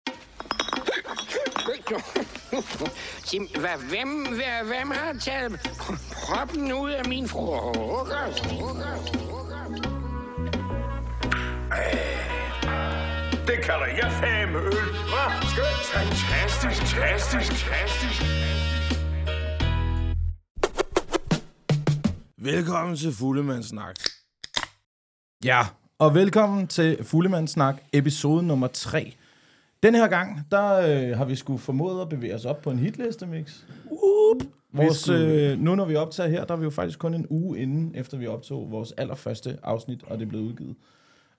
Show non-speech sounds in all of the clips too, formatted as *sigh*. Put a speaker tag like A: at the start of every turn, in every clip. A: *laughs* Sim, hvad, hvem, hvad, hvem har taget proppen ud af min frokost?
B: Det kalder jeg fame øl. Hva? Skønt. Fantastisk, fantastisk, fantastisk.
C: Velkommen til Fuglemandsnak.
D: Ja, og velkommen til Fuglemandssnak, episode nummer 3. Den her gang, der øh, har vi skulle formået at bevæge os op på en hitliste, Mix. Vores, øh, nu når vi optager her, der er vi jo faktisk kun en uge inden, efter vi optog vores allerførste afsnit, og det blev udgivet.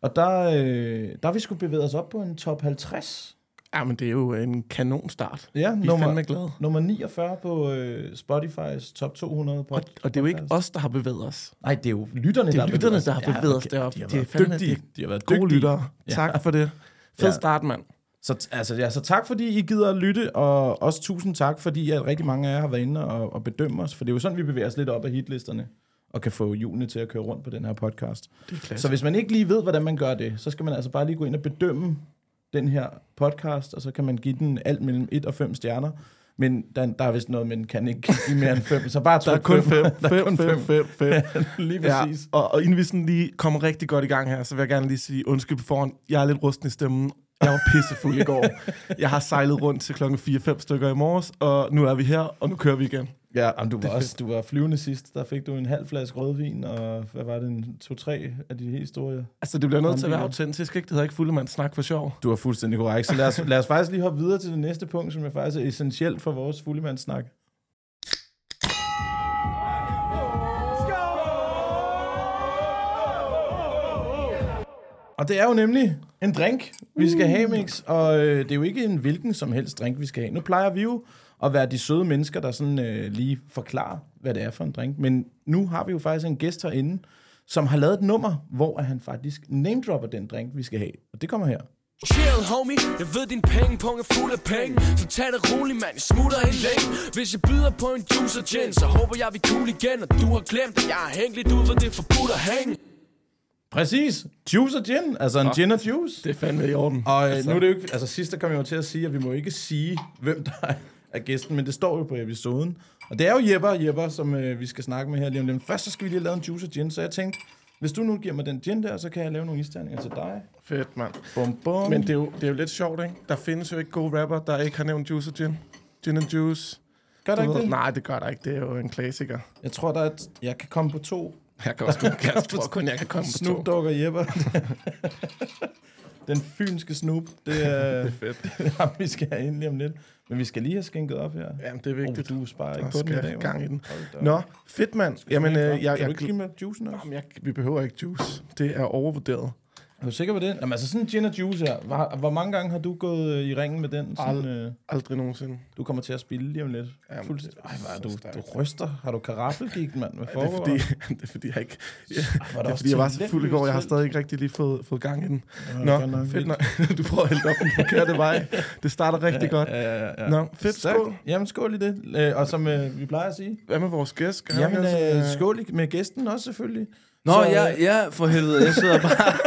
D: Og der, øh, der har vi skulle bevæge os op på en top 50.
E: Ja, men det er jo en kanonstart.
D: Ja,
E: Vi er fandme glade.
D: nummer 49 på øh, Spotify's top 200. På
E: Og, og det er jo ikke os, der har bevæget os.
D: Nej, det er jo lytterne,
E: Det er
D: har
E: lytterne,
D: bevæget
E: der har
D: sig. Ja,
E: bevæget os
D: okay.
E: deroppe.
D: De har
E: Det er
D: været
E: fandme-
D: dygtige.
E: det
D: De har været
E: Gode
D: dygtige.
E: lyttere. Tak for det. Fed
D: Ja.
E: start, mand.
D: Så, t- altså, ja, så tak, fordi I gider at lytte, og også tusind tak, fordi at rigtig mange af jer har været inde og, og bedømme os, for det er jo sådan, vi bevæger os lidt op af hitlisterne, og kan få hjulene til at køre rundt på den her podcast. Det så hvis man ikke lige ved, hvordan man gør det, så skal man altså bare lige gå ind og bedømme den her podcast, og så kan man give den alt mellem 1 og 5 stjerner. Men der, der er vist noget, man kan ikke give mere end 5, så bare
E: *laughs* Der er
D: tryk
E: kun
D: fem.
E: fem,
D: *laughs* der er kun
E: fem, fem,
D: fem.
E: fem, fem.
D: *laughs* Lige
E: Ja,
D: præcis.
E: og, og inden vi sådan lige kommer rigtig godt i gang her, så vil jeg gerne lige sige undskyld på forhånd. Jeg er lidt rusten i stemmen. Jeg var pissefuld i *laughs* går. Jeg har sejlet rundt til klokken 4-5 stykker i morges, og nu er vi her, og nu kører vi igen.
D: Ja, ja du, var også, du var flyvende sidst, der fik du en halv flaske rødvin, og hvad var det, en to-tre af de helt store
E: Altså, det bliver nødt til at være
D: Jamen,
E: autentisk, ikke? Det hedder ikke fuldemand snak for sjov.
D: Du er fuldstændig korrekt. Så lad os, lad os faktisk lige hoppe videre til det næste punkt, som er faktisk er essentielt for vores fuldemandssnak. Og det er jo nemlig en drink, vi skal have, Mix. Og øh, det er jo ikke en hvilken som helst drink, vi skal have. Nu plejer vi jo at være de søde mennesker, der sådan øh, lige forklarer, hvad det er for en drink. Men nu har vi jo faktisk en gæst herinde, som har lavet et nummer, hvor at han faktisk namedropper den drink, vi skal have. Og det kommer her.
F: Chill, homie. Jeg ved, din pengepunkt er fuld af penge. Så tag det roligt, mand. Jeg smutter helt længe. Hvis jeg byder på en juice og gin, så håber jeg, vi er cool igen. Og du har glemt, at jeg har hængt lidt ud, for det er forbudt at hænge.
D: Præcis. Juice og gin. Altså en gin og juice.
E: Det er fandme i orden.
D: Og øh, nu er det jo ikke... Altså sidst der kom jeg jo til at sige, at vi må ikke sige, hvem der er- er gæsten, men det står jo på episoden. Og det er jo Jepper og Jepper, som øh, vi skal snakke med her lige om lidt. Først så skal vi lige have lavet en juice og gin, så jeg tænkte, hvis du nu giver mig den gin der, så kan jeg lave nogle isterninger til dig.
E: Fedt, mand.
D: Bum, bum.
E: Men det er, jo, det er jo lidt sjovt, ikke? Der findes jo ikke gode rapper, der ikke har nævnt Juice og Gin. Gin and Juice.
D: gør
E: Du
D: der ikke
E: ved,
D: det?
E: nej, det gør der ikke. Det er jo en klassiker.
D: Jeg tror, der er et, jeg kan komme på to.
E: Jeg, kan også, jeg tror kun, jeg kan komme på
D: Snoop Dogg og Jepper. *laughs* den fynske Snoop. Det er, *laughs* det er fedt. Det er ham, vi skal have ind lige om lidt. Men vi skal lige have skænket op her.
E: Jamen, det er
D: Oh,
E: vigtigt.
D: du sparer ikke
E: Der
D: på den i
E: skal
D: dag. hva'?
E: gang i den.
D: Hold da op.
E: Nå, fedt, mand. Jamen, øh, jeg, jeg,
D: kan du ikke
E: jeg,
D: give mig juicen også?
E: jamen, jeg, vi behøver ikke juice. Det er overvurderet.
D: Er du sikker på det? Jamen altså sådan en gin og juice her. Hvor, hvor mange gange har du gået øh, i ringen med den? Sådan, øh,
E: Aldrig nogensinde.
D: du kommer til at spille lige om lidt.
E: Jamen,
D: Fuldt-
E: det er
D: Ej, hvad er
E: så
D: du,
E: stærkt.
D: du ryster. Har du karaffelgigt, mand? Hvad
E: Det er,
D: foregår?
E: fordi, *laughs* det er fordi, jeg ikke... Ja,
D: var der
E: det er
D: også
E: fordi, jeg var så
D: talentløst
E: fuld i går. Jeg har
D: selv?
E: stadig ikke rigtig lige fået, fået gang i den.
D: godt
E: Nå,
D: nok
E: fedt nok. *laughs* Du prøver at hælde op den forkerte vej. Det starter rigtig godt.
D: Ja, ja, ja.
E: Nå, fedt.
D: Stærkt.
E: Skål.
D: Jamen skål i det. Øh, og som øh, vi plejer at sige.
E: Hvad med vores gæst? Skal han
D: Jamen
E: ikke også,
D: øh,
E: øh,
D: skål i- med gæsten også selvfølgelig.
G: Nå,
D: Så, øh,
G: ja, ja, for helvede. Jeg sidder bare...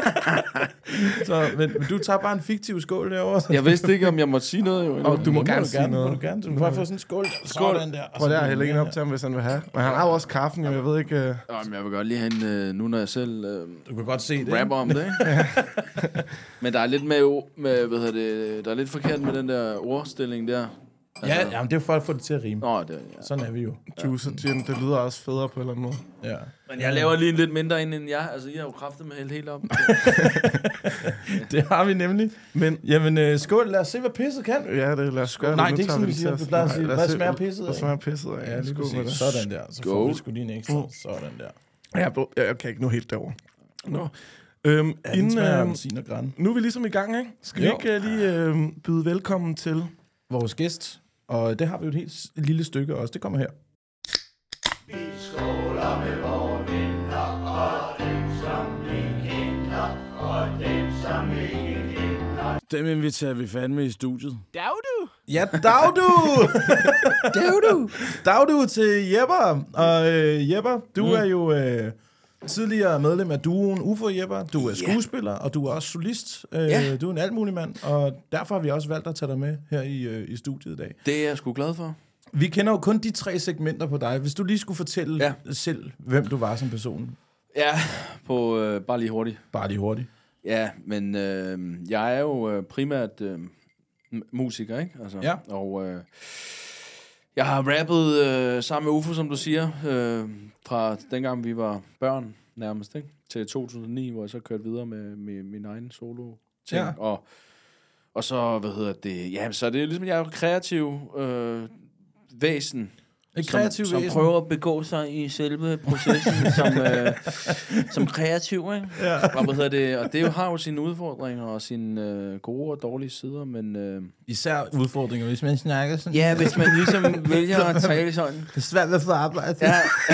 D: Så, men, men du tager bare en fiktiv skål derovre.
G: *laughs* Jeg vidste ikke, om jeg måtte sige noget, jo.
E: Og du må gerne sige
D: Gerne, må
E: noget.
D: du gerne. Du må bare få sådan en skål. der.
E: Skål.
D: Sådan der. og
E: Prøv
D: så
E: der at
D: lidt
E: hælde en
D: mere
E: op
D: her.
E: til ham, hvis han vil have. Men han har jo også kaffen, jo. Jeg ved ikke... øh,
G: Jamen, jeg vil godt lige have en, øh, nu når jeg selv øh,
D: Du kan godt se det.
G: rapper om det, *laughs* ikke? Men der er lidt med, med hvad hedder det, der er lidt forkert med den der ordstilling der.
D: Ja, jamen, det er for at få det til at rime.
G: altså. Nå, det, ja.
D: Sådan er vi jo.
E: Juice og gin, det lyder også federe på en eller anden måde.
D: Ja.
G: Men jeg laver lige lidt mindre end, end jeg. Altså, I har jo kraftet med helt, helt op.
D: Det har vi nemlig. Men, jamen, øh, skål, lad os se, hvad pisset kan.
E: Ja, det lad os gøre.
D: Nej,
E: Nu
D: det er ikke
E: tager
D: sådan,
E: vi
D: vi
E: det
D: siger.
E: til
D: Du
E: os.
D: plejer at
E: Nej,
D: sige,
E: lad os
D: hvad
E: se,
D: smager pisset
E: Hvad
D: af?
E: smager pisset af?
D: Ja, lige
E: Skål med
D: præcis.
E: dig.
D: Sådan der. Så får
G: Skål.
D: vi sgu lige en ekstra. Sådan der.
E: Ja, bro, jeg, jeg kan ikke nå helt derover. Nå. Øhm,
D: Ja, den
E: inden,
D: smager
E: øhm,
D: appelsin og græn.
E: nu er vi ligesom i gang, ikke? Skal vi
D: Jo.
E: ikke øh, lige øh, byde velkommen til...
D: Vores gæst, og det har vi jo et helt s- lille stykke også. Det kommer her.
C: Dem inviterer vi fandme i studiet.
D: Ja, Dagdu! Dagdu! Dagdu til Jepper. Og øh, Jepper, du er jo... Øh, tidligere medlem af duoen UFO Jepper. Du er skuespiller, og du er også solist.
E: Mm.
D: Øh,
G: Ja.
D: Du er en altmulig mand, og derfor har vi også valgt at tage dig med her i, øh, i studiet i dag.
G: Det er jeg sgu glad for.
D: Vi kender jo kun de tre segmenter på dig. Hvis du lige skulle fortælle ja.
G: Ja.
D: selv, hvem du var som person.
G: Ja, på, øh, bare lige hurtigt.
D: Bare lige hurtigt.
G: Ja, men øh, jeg er jo øh, primært øh, m- musiker, ikke? Altså,
D: Ja.
G: Og øh, jeg har rappet øh, sammen med UFO, som du siger, øh, fra dengang vi var børn nærmest, ikke? Til 2009, hvor jeg så kørte videre med, med min egen solo ting.
D: Ja.
G: Og, og så, hvad hedder det? Ja, så det er ligesom, jeg er jo kreativ øh, væsen,
D: Et kreativt
G: som,
D: væsen.
G: som prøver at begå sig i selve processen *laughs* som, øh, som kreativ, ikke? Ja. Og, hvad hedder det? og det jo- har jo sine udfordringer og sine øh, gode og dårlige sider, men... Øh,
D: Især udfordringer, hvis man snakker sådan.
G: ja, hvis man ligesom vælger at tale sådan...
D: Det er svært at få arbejde.
G: Ja. *laughs*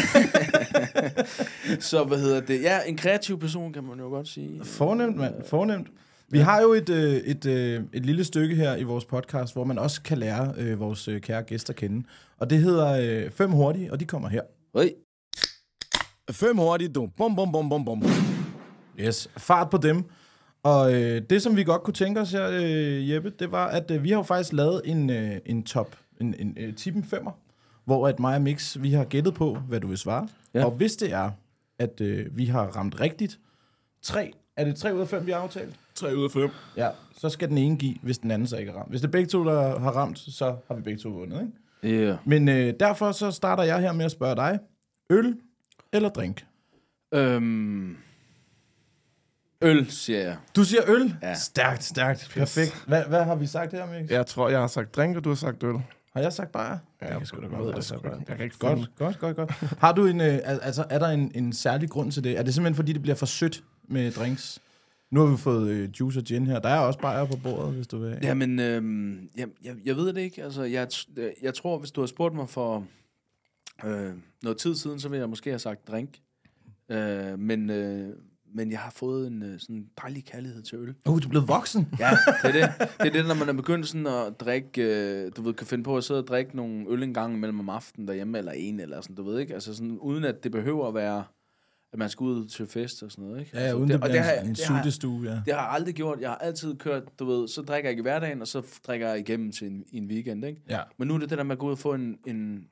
G: så hvad hedder det? Ja, en kreativ person, kan man jo godt sige.
D: Fornemt, mand. Fornemt. Vi har jo et, øh, et, øh, et lille stykke her i vores podcast, hvor man også kan lære øh, vores øh, kære gæster at kende. Og det hedder øh, Fem Hurtige, og de kommer her.
G: Hey.
C: Fem hurtigt, du. Bum, bum, bum, bum, bum.
D: Yes. Fart på dem. Og øh, det, som vi godt kunne tænke os her, øh, Jeppe, det var, at øh, vi har jo faktisk lavet en, øh, en top, en, en øh, tippen femmer, hvor at mig og Mix, vi har gættet på, hvad du vil svare. Ja.
G: Ja.
D: Og hvis det er, at øh, vi har ramt rigtigt, tre, er det tre ud af fem, vi har aftalt?
E: 3 ud af 5.
D: Ja, så skal den ene give, hvis den anden så ikke har ramt. Hvis det er begge to, der har ramt, så har vi begge to vundet, ikke?
G: Yeah.
D: Men øh, derfor så starter jeg her med at spørge dig. Øl eller drink?
G: Øhm, øl, siger jeg.
D: Du siger øl?
G: Ja.
D: Stærkt, stærkt. Perfekt. Hvad, hvad har vi sagt her, Mix? Ja.
E: Jeg tror, jeg har sagt drink, og du har sagt øl.
D: Har jeg sagt bajer? Ja, jeg
E: sgu da godt, jeg sgu da- jeg kan ikke finde
D: Godt, godt, godt, godt. Har du en, øh, al- altså, er der en, en særlig grund til det? Er det simpelthen, fordi det bliver for sødt med drinks? Nu har vi fået øh, juice og gin her. Der er også bajer på bordet, hvis du vil. have.
G: Jamen, øhm, jeg, jeg, jeg ved det ikke. Altså, jeg, t- øh, jeg tror, hvis du havde spurgt mig for øh, noget tid siden, så ville jeg måske have sagt drink. Øh, men, øh, men jeg har fået en øh, sådan dejlig kærlighed til øl.
D: Uh, du er blevet voksen.
G: Ja, det er *laughs* det. Det er det, når man er begyndt sådan at drikke, øh, du ved, kan finde på at sidde og drikke nogle øl en gang imellem om aftenen derhjemme, eller en, eller sådan, du ved ikke, altså sådan, uden at det behøver at være, at man skal ud til fest og sådan noget, ikke?
D: Ja,
G: altså,
D: uden det, det
G: og
D: bliver
G: har-
D: en, en
G: det har-
D: suttestue, ja.
G: det har jeg aldrig gjort. Jeg har altid kørt, du ved, så drikker jeg ikke i hverdagen, og så f- drikker jeg igennem til en, i en weekend, ikke?
D: Ja.
G: Men nu er det det der med at gå ud og få en... en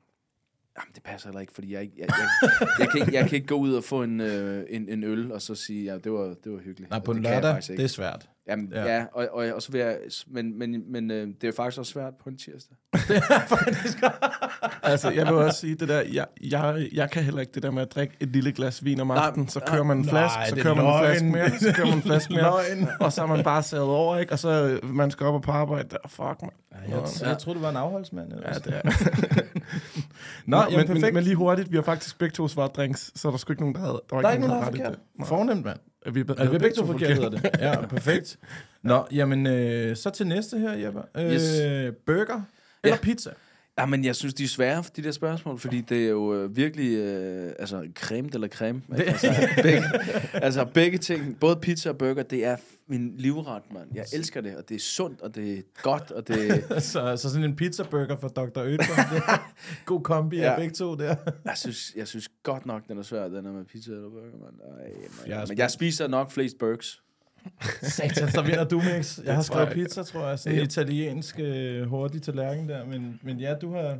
G: Jamen, det passer heller ikke, fordi jeg, ikke- jeg, jeg, jeg, kan, ikke- jeg kan ikke gå ud og få en, øh, en, en øl, og så sige, ja, det var, det var hyggeligt.
D: Nej,
G: Og
D: på en
G: det kan jeg
D: lørdag,
G: faktisk ikke.
D: det er svært.
G: Jamen,
D: ja.
G: ja, ja og, og, og, så vil jeg... Men, men, men øh, det er faktisk også svært på en tirsdag.
E: Altså, jeg vil også sige det der, jeg, jeg, jeg kan heller ikke det der med at drikke et lille glas vin om aftenen, så kører man en flaske,
D: Nej,
E: så
D: det er
E: kører man en flaske
D: løgn.
E: mere, så kører man en *laughs* flaske mere,
D: Løgn.
E: og så er man bare sad over, ikke? Og så øh, man skal op og på arbejde, og fuck, man.
D: Jeg, ja. jeg troede, du var en afholdsmand. Eller?
E: Ja, det er.
D: Nå,
E: *laughs* Nå,
D: jamen,
E: men,
D: perfekt.
E: men, men, lige hurtigt, vi har faktisk begge to svaret drinks, så er der sgu ikke nogen, der havde.
D: der er ikke nogen, der har
E: ret i
D: forkert.
E: det.
D: Fornemt, mand.
E: Nej. Vi,
D: Altså, vi er begge to forkert, hedder det. Ja,
E: *laughs*
D: perfekt. Nå, jamen, øh, så til næste her, Jeppe. Øh,
G: Yes.
D: Burger eller
G: Ja.
D: pizza?
G: Ja, men jeg synes, de er svære, de der spørgsmål, fordi det er jo øh, virkelig, øh, altså, creme eller creme. ikke? Altså, begge, altså, begge ting, både pizza og burger, det er f- min livret, mand. Jeg elsker det, og det er sundt, og det er godt, og det...
D: *laughs* Så, så sådan en pizzaburger fra Dr.
E: *laughs*
D: Ødberg. det er God kombi ja.
G: Ja.
D: af begge to der.
G: Jeg synes, jeg synes godt nok, den er svær, den er med pizza eller burger, mand. Ej, man.
D: Jeg er
G: men jeg spiser nok flest burgers.
D: Satan, så vinder du,
E: *laughs*
D: Mix. Jeg har
E: tror jeg
D: skrevet pizza, tror jeg. Sådan en italiensk øh, hurtig tallerken der. Men, men ja, du har...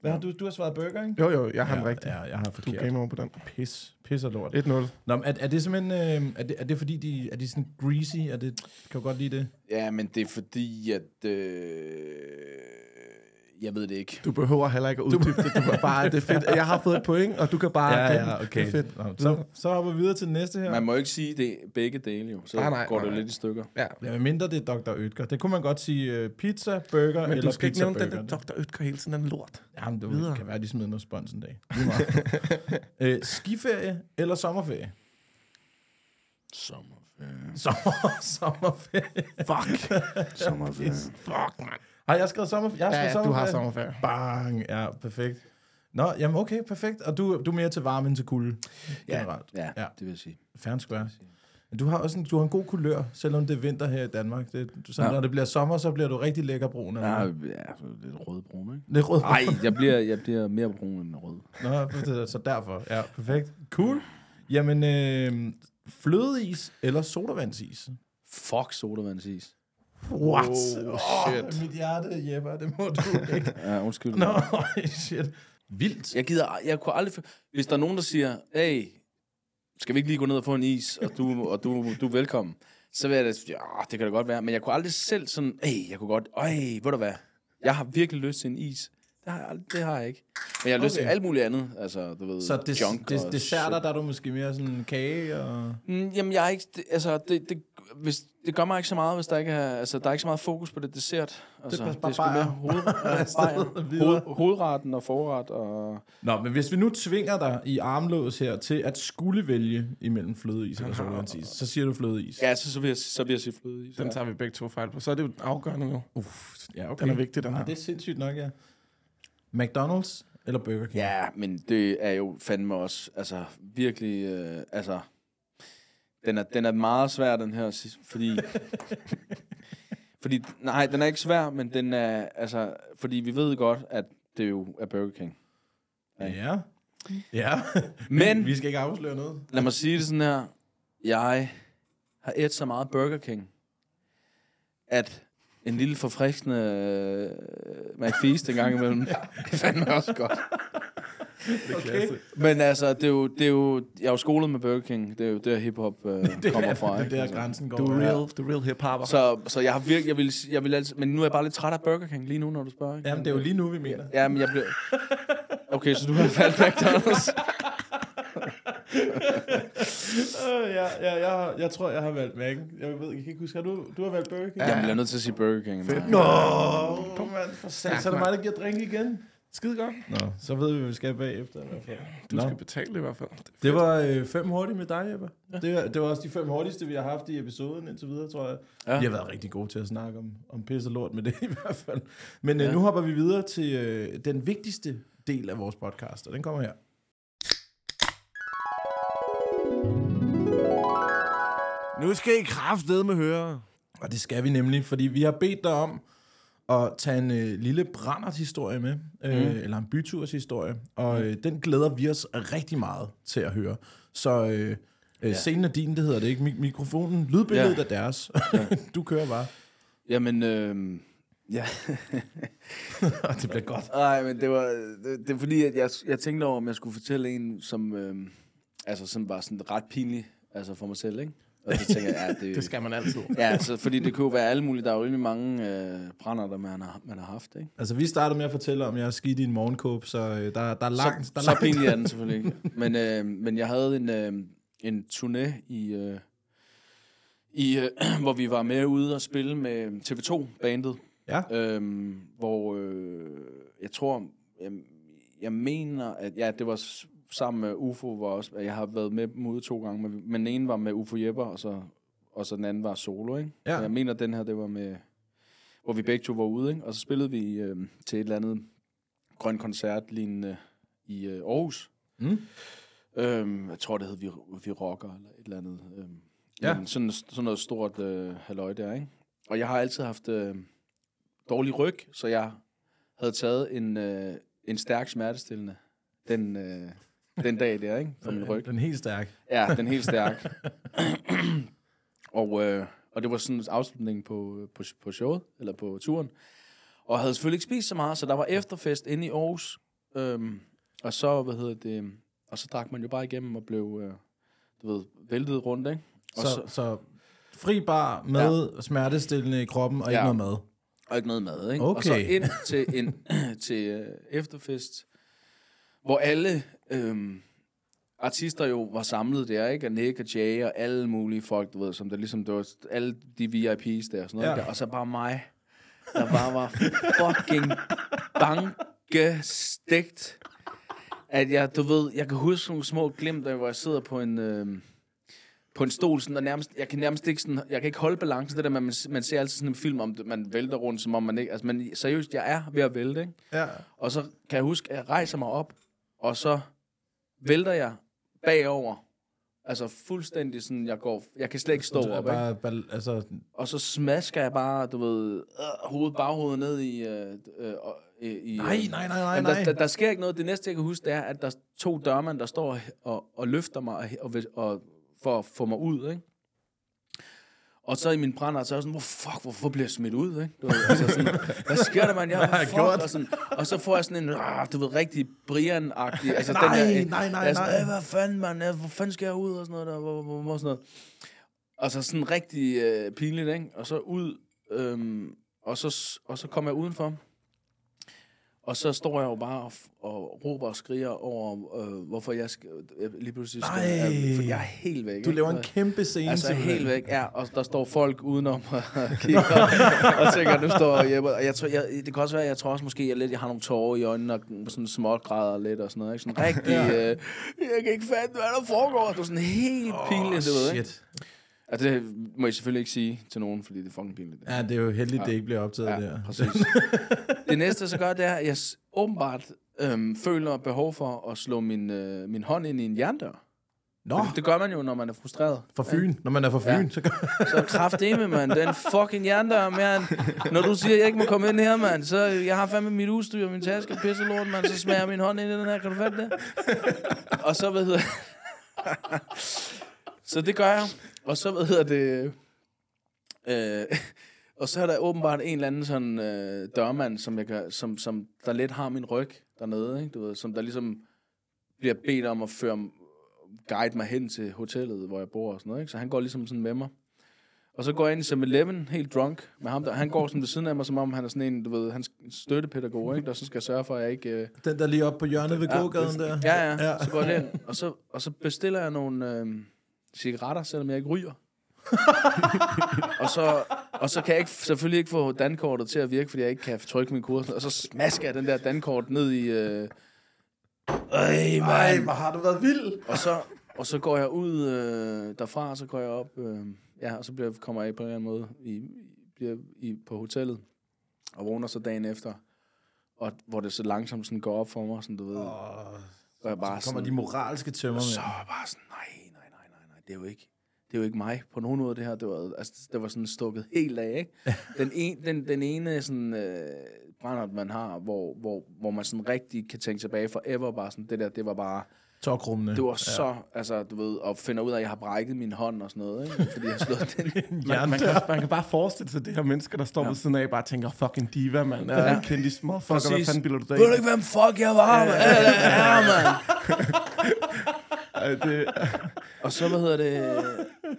D: Hvad har du? Du har svaret burger, ikke?
E: Jo, jo, jeg har den rigtig.
D: Ja, jeg har
E: Du
D: forkert.
E: er game over på den.
D: Pis. Pis og lort.
E: 1-0.
D: Nå, men er, er det simpelthen, øh, er, det, er det fordi, de er de sådan greasy? Er det, kan du godt lide det?
G: Ja, men det er fordi, at... Øh, jeg ved det ikke.
E: Du behøver heller ikke at uddybe det. Du kan bare, det er *laughs* fedt. Jeg har fået et point, og du kan bare... Det er fedt.
D: Nå, så, så hopper vi videre til den næste her.
G: Man må ikke sige det begge dele, jo. Så
E: Nej, nej,
G: går
E: nej,
G: det
E: nej.
G: lidt i stykker.
E: Ja.
D: Ja, men mindre det er Dr. Ødger. Det kunne man godt sige øh, pizza, burger
E: Men
D: eller
E: du skal ikke
D: pizza
E: nævne den
D: burger.
E: der Dr. Ødker hele tiden, den lort.
D: Jamen, du
E: videre.
D: kan være, de smider noget spons en dag. Lige meget. *laughs* øh, skiferie eller sommerferie?
G: Sommerferie.
D: Sommer, sommerferie.
E: Fuck.
D: *laughs*
G: Sommerferie.
E: Fuck, man.
D: Har jeg skrevet sommerferie? Jeg har skrevet
E: Ja, du har sommerferie.
D: Bang, ja, perfekt. Nå, jamen okay, perfekt. Og du, du er mere til varme end til kulde,
G: Ja,
D: generelt.
G: ja,
D: Ja.
G: det vil jeg sige.
D: Fair and square. Men Du har også en, du har en god kulør, selvom det er vinter her i Danmark. Det, du, så, ja.
G: Ja.
D: Når det bliver sommer, så bliver du rigtig lækker brun.
G: Ja,
D: Ja.
G: ja så lidt rødbrun, ikke?
D: Lidt rød.
G: Nej, jeg bliver, jeg bliver mere brun end rød.
D: Nå, det er så derfor. Ja, perfekt. Cool. Jamen, øh, flødeis eller sodavandsis?
G: Fuck sodavandsis.
D: What? Oh, shit. mit hjerte, Jeppe, det må du ikke.
G: Ja, undskyld.
D: *laughs* Nå, shit. Vildt.
G: Jeg gider, jeg kunne aldrig... få- Hvis der er nogen, der siger, hey, skal vi ikke lige gå ned og få en is, og du, og du, du er velkommen, så vil jeg da sige, ja, det kan da godt være. Men jeg kunne aldrig selv sådan, hey, jeg kunne godt, øj, ved du hvad, jeg har virkelig lyst til en is. Det har jeg, aldrig, det har jeg ikke. Men jeg har lyst
D: Okay.
G: til alt muligt andet, altså, du ved,
D: Så des,
G: junk
D: des,
G: og
D: desserter, der er du måske mere sådan kage og...
G: Mm, jamen, jeg er ikke... Det, altså, det, det, hvis, det gør mig ikke så meget, hvis der ikke er... Altså, der er ikke så meget fokus på det dessert. Altså,
D: bare- bare
G: sgu mere
D: bajer.
G: hoved,
D: *laughs* Afsted
G: bajer.
D: videre.
G: hoved, hovedretten og forret og...
D: Nå, men hvis vi nu tvinger dig i armlås her til at skulle vælge imellem flødeis eller sodavandsis, så siger du flødeis.
G: Ja, så, så, vil, jeg, så vil jeg sige fløde i.
E: Den tager vi begge to fejl på. Så er det jo afgørende nu.
D: ja okay.
E: Den er vigtig, den her.
D: Ja, det er sindssygt nok, ja. McDonald's eller Burger King?
G: Ja, men det er jo fandme også... Altså, virkelig... Øh, altså... Den er, den er meget svær, den her, sidst-
D: *laughs*
G: fordi... fordi, nej, den er ikke svær, men den er, altså, fordi vi ved godt, at det jo er Burger King.
D: Ja. Ja.
G: Men,
D: vi skal ikke afsløre
E: *laughs*
D: noget.
G: Lad mig sige det sådan her. Jeg har et så meget Burger King, at en lille forfriskende øh, McFeast en gang
D: *laughs*
G: imellem, det fandt mig også godt.
D: Okay.
G: Men altså, det er jo, det er jo, jeg er jo skolet med Burger King. Det er jo der hiphop øh, kommer
D: *laughs*
G: fra.
D: Det
G: ikke?
D: er der,
G: Altså.
D: grænsen går.
E: The
D: ja.
E: real, the real hip-hopper.
G: Så, så jeg har virkelig, jeg vil, jeg vil altid, men nu er jeg bare lidt træt af Burger King lige nu, når du spørger. Ikke?
D: Jamen, det er jo lige nu, vi mener.
G: Ja, men jeg blev... Okay, så du har valgt McDonald's.
D: Øh, ja, ja, jeg, har- jeg tror, jeg har valgt Mac'en. Jeg ved, jeg kan ikke huske, har du, du har valgt Burger King?
G: Jamen, jeg er nødt til at sige Burger King. Nej.
D: Nå, kom mand, for sat. Så er det mig, der giver drink igen.
E: Skide godt.
D: Nå, så ved vi, hvad vi skal bagefter. i hvert fald.
E: Du
D: Nå.
E: skal betale det i hvert fald.
D: Det var øh, fem hurtige med dig, Jeppe. Ja. Det, var- det var også de fem hurtigste, vi har haft i episoden indtil videre, tror jeg. Ja.
G: Ja.
D: Vi har været rigtig gode til at snakke om, om pisse og lort med det *laughs* i hvert fald. Men øh, nu hopper vi videre til øh, den vigtigste del af vores podcast, og den kommer her.
C: Nu skal I kraftedeme med høre.
D: Og det skal vi nemlig, fordi vi har bedt dig om at tage en øh, lille brandert historie med, øh, mm. eller en byturs historie, og øh, den glæder vi os rigtig meget til at høre. Så øh, øh, scenen er din, det hedder det ikke, Mik- mikrofonen, lydbilledet ja.
G: Ja.
D: er deres. *laughs* du kører bare.
G: Jamen, øh, ja. *laughs*
D: Og det bliver godt.
G: Nej, men det var det, det er fordi, at jeg, jeg tænkte over, om jeg skulle fortælle en, som, øh, altså, som var sådan ret pinlig altså for mig selv, ikke? Og så tænker jeg, ja, det,
E: *laughs* Det skal man altid.
G: Ja, så, fordi det kunne jo være alle mulige. Der er jo rimelig mange øh, brænder, der man har, man har haft, ikke?
D: Altså, vi startede med at fortælle om, at jeg er skidt i en morgenkåb, så øh, der, der er langt.
G: så,
D: der er
G: så
D: langt.
G: pinlig er den selvfølgelig ikke. Men, øh, men jeg havde en, øh, en turné, i, øh, i, øh, hvor vi var med ude og spille med TV2-bandet.
D: Ja.
G: Øhm, hvor øh, jeg tror, jeg, jeg mener, at ja, det var s- sammen med UFO, var også, at jeg har været med dem ude to gange, men, men den ene var med UFO Jepper, og så, og så den anden var solo, ikke?
D: Ja.
G: Og jeg mener, at den her, det var med, hvor vi begge to var ude, ikke? Og så spillede vi øh, til et eller andet grøn koncert lignende i øh, Aarhus.
D: Mm.
G: Øhm, jeg tror, det hed vi, vi Rocker, eller et eller andet. Øhm,
D: Ja.
G: ja. Men sådan, sådan noget stort øh, halløj der, ikke? Og jeg har altid haft øh, dårlig ryg, så jeg havde taget en, øh, en stærk smertestillende den, øh, den dag der, ikke? For min ryg.
D: Den er helt stærk.
G: Ja, den er helt stærk. og, øh, og det var sådan afslutningen på, på, på showet, eller på turen. Og jeg havde selvfølgelig ikke spist så meget, så der var efterfest inde i Aarhus. Øhm, og så, hvad hedder det, og så drak man jo bare igennem og blev, øh, du ved, væltet rundt, ikke? Og
D: Så, så, så fri bar med ja. smertestillende i kroppen og
G: Ja.
D: ikke noget mad.
G: og ikke noget mad, ikke?
D: Okay.
G: Og så ind til en *clears throat* til øh, efterfest, hvor alle øhm, artister jo var samlet der, ikke? Og Nick og Jay og alle mulige folk, du ved, som der ligesom, det var alle de VIP's der og sådan noget.
D: Ja.
G: Ja. Der, og så bare mig, der bare var fucking bankestegt. At jeg, du ved, jeg kan huske nogle små glimt, af, hvor jeg sidder på en... øhm, på en stol, sådan, og nærmest, jeg kan nærmest ikke sådan, jeg kan ikke holde balancen, det der, man, man ser altid sådan en film om, det, man vælter rundt, som om man ikke, altså, men seriøst, jeg er ved at vælte, ikke?
D: Ja.
G: Og så kan jeg huske, at jeg rejser mig op, og så vælter jeg bagover Altså fuldstændig sådan, jeg går, jeg kan slet ikke stå op, ikke?
D: Bare, bare, altså,
G: Og så smasker jeg bare, du ved, øh, hovedet, baghovedet ned i... Øh, øh, og- i i-
D: Nej, nej, nej, nej,
G: Jamen, der,
D: nej.
G: Der, der, sker ikke noget. Det næste, jeg kan huske, det er, at der er to dørmænd, der står og, og løfter mig og, og, vil- og, for at få mig ud, ikke? Og så i min brænder, så er jeg sådan, hvor fuck, hvorfor bliver jeg smidt ud, ikke? Du ved, altså sådan, hvad sker der,
D: *laughs*
G: man? Jeg,
D: har jeg
G: fuck,
D: gjort?
G: Og, sådan, og så får jeg sådan en, "Ah, du ved, rigtig Brian-agtig. Altså,
D: Nej,
G: den her, øh,
D: nej, nej,
G: jeg er sådan,
D: nej.
G: "Øh, hvad fanden, man? Øh, Hvor fanden skal jeg ud? Og sådan noget der, hvor, hvor, hvor, sådan noget. Og så sådan rigtig øh, pinligt, ikke? Og så ud, øhm, og, så, s- og så kom jeg udenfor. Og så står jeg jo bare og, f- og råber og skriger over, øh, hvorfor jeg, skal, jeg lige pludselig skal...
D: Nej.
G: Jeg, for jeg er helt væk.
D: du
G: ikke?
D: laver en
G: Og-
D: kæmpe scene.
G: Altså
D: simpelthen.
G: helt væk, ja. Og der står folk udenom og kigger, og tænker, nu står Jeppe. Og jeg tror, jeg, det kan også være, jeg tror også måske, jeg, lidt, jeg har nogle tårer i øjnene, og sådan smågræder lidt og sådan noget. Ikke? Sådan rigtig, ja. øh, jeg kan ikke fatte, hvad der foregår. Det var sådan helt oh, pinligt, du ved, ikke?
D: Shit.
G: Og det må jeg selvfølgelig ikke sige til nogen, fordi det er fucking pinligt.
D: Ja, det er jo heldigt, ja. det ikke bliver optaget ja,
G: Ja,
D: der.
G: præcis. *laughs* det næste, så gør, det er, at jeg s- åbenbart øhm, føler behov for at slå min, øh, min hånd ind i en jerndør.
D: Nå,
G: Oh. Det gør man jo, når man er frustreret.
D: for Fyn. Når man er fra Fyn, ja. så gør *laughs*
G: Så krafteme, mand. Den fucking jerndør, mand. Når du siger, at jeg ikke må komme ind her, mand, så jeg har fandme mit udstyr, min taske, og pisse lort, mand. Så smager jeg min hånd ind i den her. Kan du fatte det? Og så, hvad hedder Så det gør jeg. Og så, hvad hedder det... Øh, og så er der åbenbart en eller anden sådan øh, dørmand, som, jeg kan, som, som der lidt har min ryg dernede, ikke? Du ved, som der ligesom bliver bedt om at føre, guide mig hen til hotellet, hvor jeg bor og sådan noget, ikke? Så han går ligesom sådan med mig. Og så går jeg ind i 7-Eleven, helt drunk, med ham der. Han går sådan ved siden af mig, som om han er sådan en, du ved, hans støttepædagog, ikke? Der så skal sørge for, at jeg ikke... Øh,
D: den der lige oppe på hjørnet ved gågaden der.
G: Ja, ja, ja. Så går jeg ind, og så, og så bestiller jeg nogle øh, cigaretter, selvom jeg ikke *laughs* ryger. og, så, og så kan jeg ikke, selvfølgelig ikke få dankortet til at virke, fordi jeg ikke kan trykke min kurs. Og så smasker jeg den der dankort ned i... Øh... Øj,
D: Ej,
G: man.
D: hvor har du været vild.
G: Og så, og så går jeg ud øh, derfra, og så går jeg op... Øh, ja, og så bliver, kommer jeg på en eller anden måde i, i- bliver i, på hotellet. Og vågner så dagen efter. Og hvor det så langsomt sådan går op for mig, sådan du ved. Og jeg bare
D: Kommer
G: sådan-
D: de moralske tømmer
G: så var jeg bare sådan, nej, nej, nej, nej, nej, det er jo ikke, det er jo ikke mig på nogen måde, det her. Det var, altså, det var sådan stukket helt af, ikke? Den, en, den, den ene sådan, øh, brændert, man har, hvor, hvor, hvor man sådan rigtig kan tænke tilbage forever, bare sådan, det der, det var bare,
D: Tokrummene.
G: det var så, altså, du ved, og finder ud af, at jeg har brækket min hånd og sådan noget, ikke? Fordi jeg har slået *laughs* den.
E: Man, man, kan, man kan bare forestille sig det her mennesker, der står ja. ved siden af, bare tænker, fucking diva, mand. Ja. Jeg kendte de små fucker, hvad
G: Præcis.
E: fanden bilder du dig
G: Ved du
E: ind?
G: ikke, hvem fuck jeg var, mand? Ja, ja, ja, mand.
E: Ej, det-
G: Og så, hvad hedder det...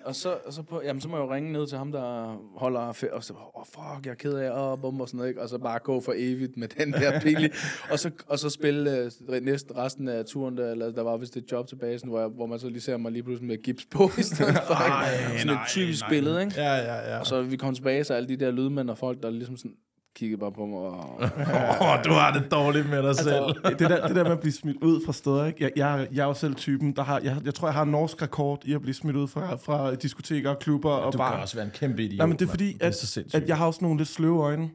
G: Og så, og så, på, jamen, så må jeg jo ringe ned til ham, der holder... fe- Og så, åh, oh, fuck, jeg er ked af, åh, oh, bum, og sådan noget, ikke? Og så bare gå for evigt med den der pille. og, så, og så spille øh, næsten resten af turen, der, eller der var vist et job tilbage, sådan, hvor, jeg, hvor man så lige ser mig lige pludselig med gips på i stedet for. Ej, sådan et typisk billede, ikke?
D: Ja, ja, ja.
G: Og så vi kom tilbage, så alle de der lydmænd og folk, der ligesom sådan kiggede bare på mig og... *laughs*
D: Åh, oh, du har det dårligt med dig altså, selv.
E: øh, det, der, det der med at blive smidt ud fra steder, ikke? Jeg, jeg, jeg er jo selv typen, der har, jeg, jeg tror, jeg har en norsk rekord i at blive smidt ud fra, fra diskoteker, klubber og
D: Du
E: barer.
D: kan også være en kæmpe idiot.
E: Nej, men det er
D: mand.
E: fordi,
D: er
E: at,
D: så sindssygt.
E: at jeg har også nogle lidt sløve øjne.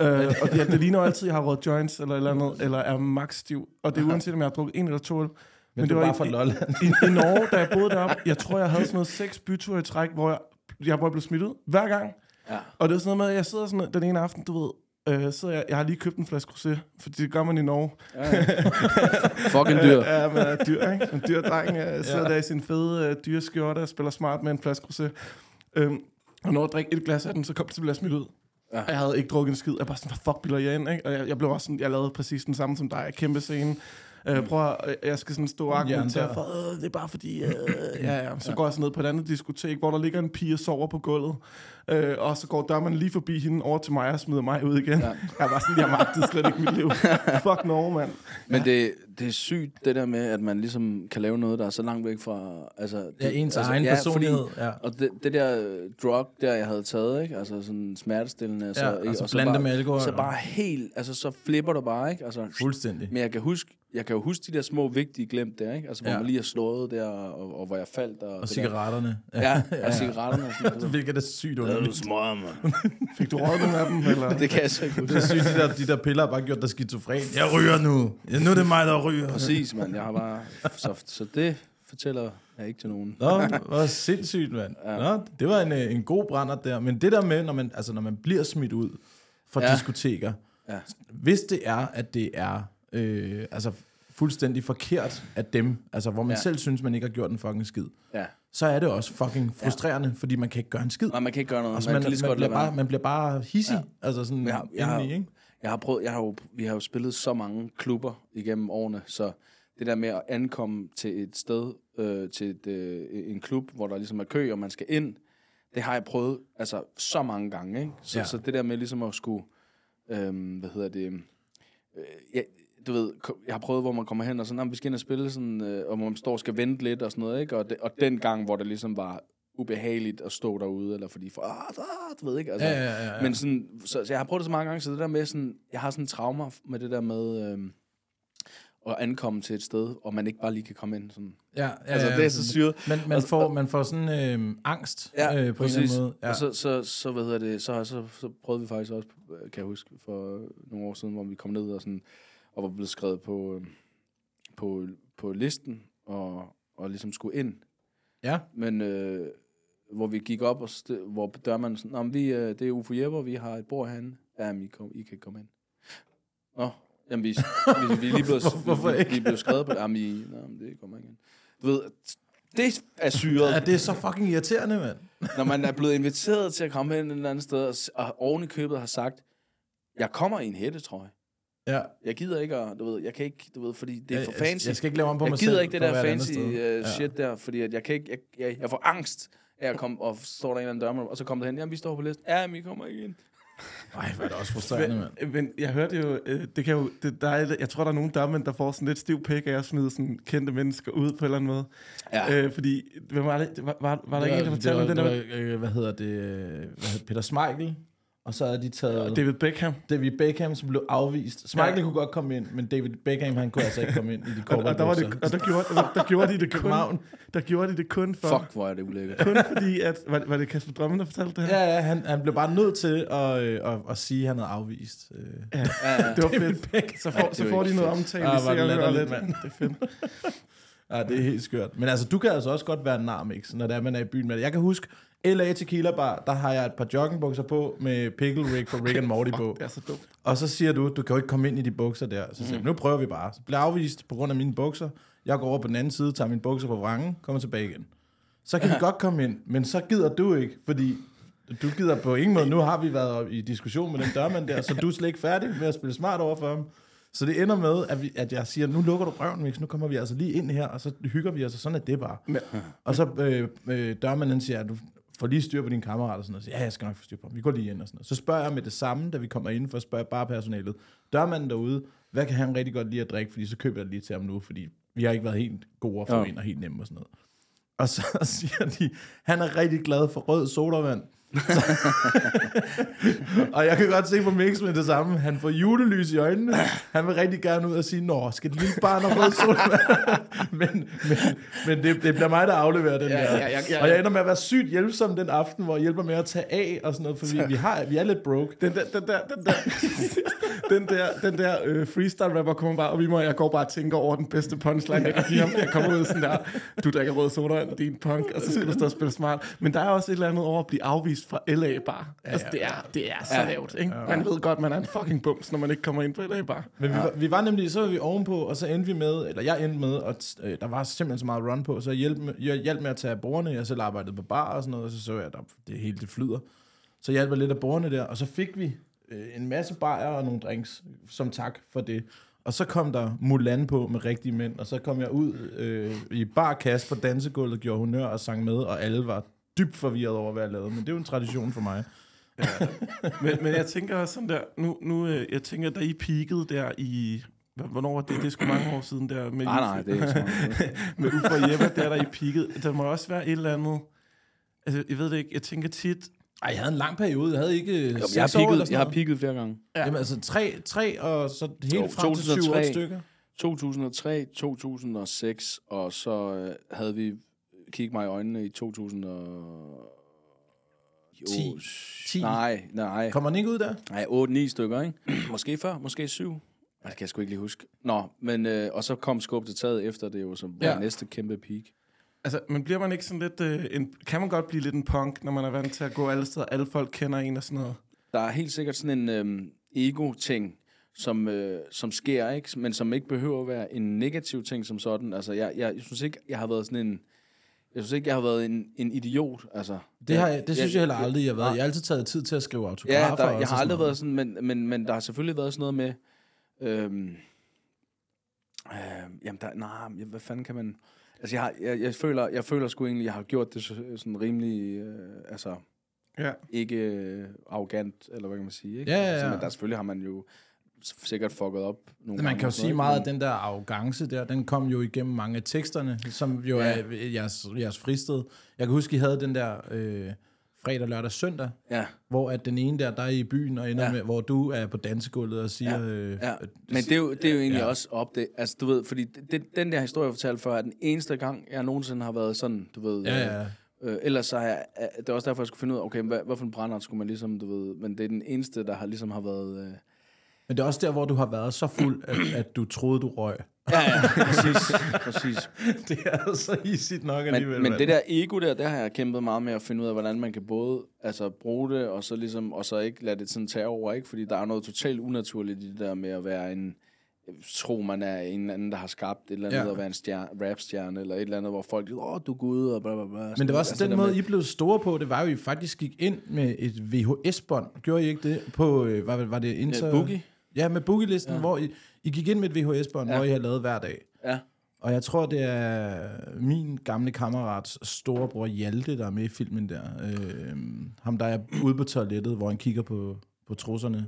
E: øh, og det, det ligner jo altid, at jeg har røget joints eller et eller andet, eller er max stiv. Og det er uanset, om jeg har drukket en eller to øl. Men, men
D: du er bare
E: i-
D: fra
E: i-
D: Lolland.
E: I, i, Norge, da jeg boede deroppe, jeg tror, jeg havde sådan noget seks byture i træk, hvor jeg, jeg, hvor jeg blev smidt ud hver gang.
G: Ja.
E: Og det er sådan noget med, at jeg sidder sådan den ene aften, du ved, øh, sidder jeg, jeg har lige købt en flaske rosé, for det gør man i Norge.
G: Fucking dyr.
E: Ja, man er dyr, ikke? En dyr dreng øh, sidder ja. der i sin fede øh, dyre skjorte og spiller smart med en flaske rosé. Øhm, og når jeg drikker et glas af den, så kom det simpelthen smidt ud. Ja. Jeg havde ikke drukket en skid. Jeg var bare sådan, hvad fuck bilder jeg ind, ikke? Og jeg, jeg blev også sådan, jeg lavede præcis den samme som dig. Kæmpe scene. Øh, prøv at, jeg skal sådan stå og argumentere
D: Jernbær.
E: for, øh, det er bare fordi, *clears throat* øh, ja, ja. Så går jeg sådan ned på et andet diskotek, hvor der ligger en pige og sover på gulvet. Øh, og så går dørmanden lige forbi hende over til mig og smider mig ud igen. Ja. Jeg var sådan, jeg magtede slet ikke *laughs* mit liv. fuck Norge, mand.
G: Men det, det er sygt, det der med, at man ligesom kan lave noget, der er så langt væk fra... Altså, det,
D: Ja, ens
G: altså,
D: egen personlighed,
G: Fordi,
D: ja.
G: Og det, det der øh, drug, der jeg havde taget, ikke? Altså sådan smertestillende. og så,
D: Ja,
G: ikke?
D: altså
G: og så
D: blande
G: bare,
D: med alkohol,
G: Så
D: og-
G: bare helt... Altså, så flipper du bare, ikke? Altså,
D: *laughs* Fuldstændig.
G: Men jeg kan huske... Jeg kan jo huske de der små vigtige glemt der, ikke? Altså, hvor
D: Ja.
G: ja. man lige har slået der, og, og hvor jeg faldt. Og,
D: Og
G: det
D: cigaretterne.
G: Der.
D: *laughs*
G: Ja, og cigaretterne og sådan noget.
D: Hvilket er Altså, sygt
G: Det er
D: underligt.
G: smøger, mand.
E: Fik du røget nogle af dem? Eller?
G: Det kan jeg så ikke huske.
D: Det er sygt, *laughs* de der, de der piller har bare gjort dig skizofren. Jeg ryger nu. Ja, nu er det mig, der ryger.
G: Præcis, mand. Jeg har bare... Så, så det fortæller jeg ikke til nogen.
D: Nå, hvor sindssygt, mand. Ja. Nå, det var en, øh, en god brænder der. Men det der med, når man, altså, når man bliver smidt ud fra ja.
G: Ja.
D: diskoteker, ja. hvis det er, at det er øh, altså, fuldstændig forkert af dem, altså hvor man ja.
G: Ja.
D: selv synes, man ikke har gjort en fucking skid,
G: Ja.
D: så er det også fucking frustrerende, ja. fordi man kan ikke gøre en skid.
G: Nej, man kan ikke gøre noget.
D: Altså,
G: man,
D: man,
G: kan lige så
D: man,
G: godt
D: bliver
G: lade være.
D: bare, man bliver bare hissig. Ja. Altså sådan
G: Jeg,
D: ja,
G: har- jeg, har,
D: indeni, ikke?
G: jeg har prøvet, jeg har jo, vi har jo spillet så mange klubber igennem årene, så det der med at ankomme til et sted, øh, til et, øh, en klub, hvor der ligesom er kø, og man skal ind, det har jeg prøvet altså, så mange gange. Ikke? Så,
D: Ja.
G: ja. så det der med ligesom at skulle, øh, hvad hedder det, øh, jeg, du ved, ko- jeg har prøvet, hvor man kommer hen og sådan, "Nå, men vi skal ind og spille sådan, øh, og hvor man står og skal vente lidt og sådan noget, ikke? Og, de, og den gang, hvor det ligesom var ubehageligt at stå derude, eller fordi, for, ah, ah, du ved ikke, altså.
D: Ja, ja, ja, ja.
G: Men sådan, så, så jeg har prøvet det så mange gange, så det der med sådan, jeg har sådan traumer med det der med øhm, at ankomme til et sted, og man ikke bare lige kan komme ind sådan.
D: Ja, ja,
G: Altså,
D: ja,
G: det er så syret.
D: Man, man,
E: Altså,
D: får, man får sådan øh, angst ja, øh, på en eller anden måde.
G: Ja. Og så, så, så, hvad hedder det, så, så, så prøvede vi faktisk også, øh, kan jeg huske, for øh, nogle år siden, hvor vi kom ned og, sådan, og var blevet skrevet på, øh, på, på listen, og, og ligesom skulle ind.
D: ja.
G: Men øh, hvor vi gik op, og st- hvor dørmanden sådan, "Nå, men vi, øh, det er Ufo Jepper, vi har et bord herinde. Jamen, I, kom, I kan ikke komme ind. Nå, jamen, vi, vi, vi er lige
D: *laughs*
G: blevet,
D: Hvorfor
G: vi, vi,
D: ikke?
G: vi er blevet skrevet på, jamen, I, nå, men det kommer ikke ind. Du ved, det er syret
D: ja, det er så fucking irriterende, mand.
G: når man er blevet inviteret til at komme hen et eller andet sted, og, s- og oven i købet har sagt, jeg kommer i en hættetrøje.
D: Ja.
G: Jeg gider ikke at, du ved, jeg kan ikke, du ved, fordi det er for
D: Jeg-
G: fancy.
D: Jeg skal ikke lave om på
G: jeg
D: mig
G: gider
D: selv
G: ikke det
D: for at
G: der
D: være et andet sted.
G: fancy uh, shit der, fordi at jeg kan ikke, jeg, jeg, jeg får angst af at komme, og står der en eller anden dørmål, og så kommer der hen, jamen vi står på listen, ja, men I kommer ikke ind.
D: Ja. Ej, hvor er det også frustrerende, mand.
E: Men, men jeg hørte jo, øh, det kan jo det, der er, jeg tror, der er nogle dørmænd, der får sådan lidt stiv pæk af at smide sådan kendte mennesker ud på en eller anden måde.
G: Ja.
E: Øh, fordi, hvem var det? Var, var, var der ikke en, der fortalte om
D: det
E: den der?
D: var, øh, hvad hedder det, øh, hvad hedder Peter Smeichel, og så havde de taget ja,
E: David Beckham.
D: David Beckham, som blev afvist. Smeichel ja. kunne godt komme ind, men David Beckham, han kunne altså ikke komme ind i de
E: Og,
D: korte
E: og, der, var det, og der, gjorde, der, gjorde de det kun,
D: København.
E: der gjorde de det kun for,
G: Fuck, hvor er det ulækkert.
E: kun fordi, at... Var, var det Kasper Drømmen, der fortalte det her?
D: Ja, ja, han, han blev bare nødt til at, øh, at, at sige, at han havde afvist. Øh.
E: Det var fedt. Så får, så
G: var
E: får
G: ikke
E: de noget
G: fedt.
E: omtale
D: Ah,
E: i
D: var det
E: serien og
D: latterligt,
E: lidt.
D: mand.
E: Det er fedt.
D: *laughs* Ja, det er helt skørt. Men altså, du kan altså også godt være en narmix, når det er, man er i byen med det. Jeg kan huske, LA Tequila Bar, der har jeg et par joggingbukser på med Pickle Rick fra
E: *laughs*
D: Rick and Morty på.
E: Det er så dumt.
D: Og så siger du, du kan jo ikke komme ind i de bukser der. Så siger mm. nu prøver vi bare. Så bliver jeg afvist på grund af mine bukser. Jeg går over på den anden side, tager mine bukser på vrangen, kommer tilbage igen. Så kan vi godt komme ind, men så gider du ikke, fordi du gider på ingen måde. Nu har vi været op i diskussion med den dørmand der, så du er slet ikke færdig med at spille smart over for ham. Så det ender med, at, vi, at jeg siger, nu lukker du røven, Mix. Nu kommer vi altså lige ind her, og så hygger vi os, og sådan er det bare. Og så øh, øh, dørmanden siger, du får lige styr på dine kammerater og sådan noget. Så, ja, jeg skal nok få styr på dem. Vi går lige ind og sådan noget. Så spørger jeg med det samme, da vi kommer indenfor, spørger jeg bare personalet. Dørmanden derude, hvad kan han rigtig godt lide at drikke? Fordi så køber jeg det lige til ham nu, fordi vi har ikke været helt gode at få ja.
G: Ja.
D: ind og helt nemme og sådan noget. Og så *laughs* siger de, han er rigtig glad for rød sodavand. *laughs* Så- og jeg kan godt se på Mix med det samme. Han får julelys i øjnene. Han vil rigtig gerne ud og sige, Nå, skal det lille barn have rød sodavand? *laughs* men men, men det, det bliver mig, der afleverer den ja, der.
G: ja, ja, ja.
D: Og jeg ender med at være sygt hjælpsom den aften, hvor jeg hjælper med at tage af og sådan noget, fordi vi, har, vi er lidt broke.
E: Den der, den der,
D: *laughs*
E: den der, den der, den der øh, freestyle rapper kommer bare, og vi må, jeg går bare og tænker over den bedste punchline, jeg kan give ham. Jeg kommer ud sådan der, du drikker rød soda, din punk, og så skal du stå og spille smart. Men der er også et eller andet over at blive afvist fra LA Bar. Altså, det er, det er så lavt, ikke? Man ved godt, man er en fucking bums, når man ikke kommer ind på LA Bar.
D: Men vi, var, vi var nemlig, så var vi ovenpå, og så endte vi med, eller jeg endte med, og øh, der var simpelthen så meget run på, så jeg hjalp, med- jeg hjalp med at tage af bordene, jeg selv arbejdede på bar og sådan noget, og så så jeg, at der- det hele det flyder. Så jeg hjalp jeg lidt af bordene der, og så fik vi øh, en masse bajer og nogle drinks, som tak for det. Og så kom der Mulan på med rigtige mænd, og så kom jeg ud øh, i barkast på dansegulvet, gjorde honør og sang med, og alle var dybt forvirret over, hvad jeg lavede, men det er jo en tradition for mig.
E: Men, men jeg tænker også sådan der, nu, nu øh, jeg tænker, da I peakede der i, hva- hvornår var det? Det er sgu mange år siden der. Med
G: Nej, nej, det er ikke sådan
D: *laughs*
G: noget.
E: med Uffe og Jeppe, der, der I peakede. Der må også være et eller andet... Altså, jeg ved det ikke. Jeg tænker tit...
D: Ej, jeg havde en lang periode, jeg havde ikke øh, jo,
G: Jeg har pigget, jeg har pigget flere gange.
D: Ja. Jamen altså tre, tre og så helt
G: Jo,
D: frem til 7
G: 2003.
D: stykker.
G: 2003, 2006, og så øh, havde vi kig mig i øjnene i 2000 og... Jo,
D: 10.
G: sh-
D: 10.
G: Nej, nej.
D: Kommer den ikke ud der?
G: Nej, 8-9 stykker, ikke? *clears throat* måske før, måske Altså, 7. Ej, det kan jeg sgu ikke lige huske. Nå, men, øh, og så kom skub til taget efter det jo, som var
D: Ja.
G: ja. næste kæmpe peak.
E: Altså, men bliver man ikke sådan lidt... Øh, en, kan man godt blive lidt en punk, når man er vant til at gå alle steder, alle folk kender en og sådan noget?
G: Der er helt sikkert sådan en øhm, ego-ting, som, øh, som sker, ikke? men som ikke behøver at være en negativ ting som sådan. Altså, jeg, jeg, jeg synes ikke, jeg har været sådan en... Jeg synes ikke, jeg har været en, en idiot. Altså,
D: Det, har, jeg- det synes jeg heller aldrig, jeg har været. Jeg har altid taget tid til at skrive autografer.
G: Ja,
D: og
G: der, jeg har
D: sådan
G: aldrig
D: noget.
G: været sådan, men, men, men der har selvfølgelig været sådan noget med... Øhm, øh, jamen, der, nej, men hvad fanden kan man... Altså, jeg, har, jeg, jeg, føler, jeg føler sgu egentlig, jeg har gjort det så- sådan rimelig... Øh, altså,
E: Ja.
G: ikke øh, arrogant, eller hvad kan man sige, ikke?
D: Ja, ja,
G: Altså,
D: ja.
G: men der selvfølgelig har man jo s- sikkert fucket op nogle
D: Man
G: gange
D: kan jo
G: og sådan
D: sige
G: noget,
D: meget,
G: ikke?
D: at den der arrogance der, den kom jo igennem mange af teksterne, som jo ja. er jeres, jeres fristed. Jeg kan huske, I havde den der øh, fredag, lørdag, søndag,
G: Men, ja.
D: hvor at den ene der, der er i byen og ender ja.
G: Ja.
D: med, hvor du er på dansegulvet og siger... Ja. Øh,
G: Ja, men det er jo, det er jo egentlig ja. også op det. Altså, du ved, fordi det, det, den der historie, jeg fortalte før, er den eneste gang, jeg nogensinde har været sådan, du ved.
D: Ja, ja.
G: øh, Øh, ellers så har jeg, øh, det er også derfor, jeg skulle finde ud af, okay, hvad, hvad for en brænder skulle man ligesom, du ved, men det er den eneste, der har ligesom har været... Øh,
D: Men det er også der, hvor du har været så fuld, at, at du troede, du røg. *laughs*
G: ja, *laughs* ja, præcis, præcis.
D: det er altså easy nok alligevel.
G: Men, men
D: mand.
G: det der ego der, der har jeg kæmpet meget med at finde ud af, hvordan man kan både altså, bruge det, og så, ligesom, og så ikke lade det sådan tage over, ikke? Fordi der er noget totalt unaturligt i det der med at være en tro, man er en eller anden, der har skabt et eller andet,
D: Ja.
G: ja. at være en stjerne, rapstjerne, eller et eller andet, hvor folk åh, du er gud, og bla, bla, bla.
D: Men det var også
G: Altså,
D: den
G: der
D: måde,
G: med-
D: I blev store på, det var jo, I faktisk gik ind med et VHS-bånd. Gjorde I ikke det? På, øh, var, var det Inter...
G: Boogie.
D: Ja, med Boogie-listen, ja. hvor I, I gik ind med et VHS-bånd, ja. hvor I har lavet hver dag.
G: Ja,
D: Og jeg tror, det er min gamle kammerats storebror Hjalte, der er med i filmen der. Øh, ham, der er ude på toilettet, hvor han kigger på, på trusserne.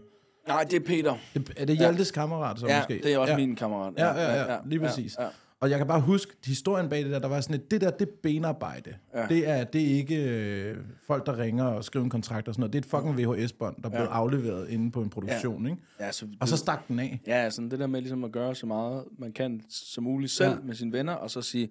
G: nej, det er Peter.
D: Det- Er det Hjaltes ja. kammerat, så
G: Ja,
D: måske?
G: det er også min kammerat.
D: Ja, ja, ja, ja lige præcis. Ja,
G: ja.
D: ja. Og jeg kan bare huske, historien bag det der, der var sådan et, det der, det er benarbejde. Ja. Det, er, det er ikke øh, folk, der ringer og skriver en kontrakt og sådan noget. Det er et fucking VHS-bånd, der blev afleveret inde på en produktion, ja. ikke?
G: Ja, så,
D: Og så stak den af.
G: Ja, sådan det der med ligesom at gøre så meget, man kan som muligt selv ja. med sine venner, og så sige,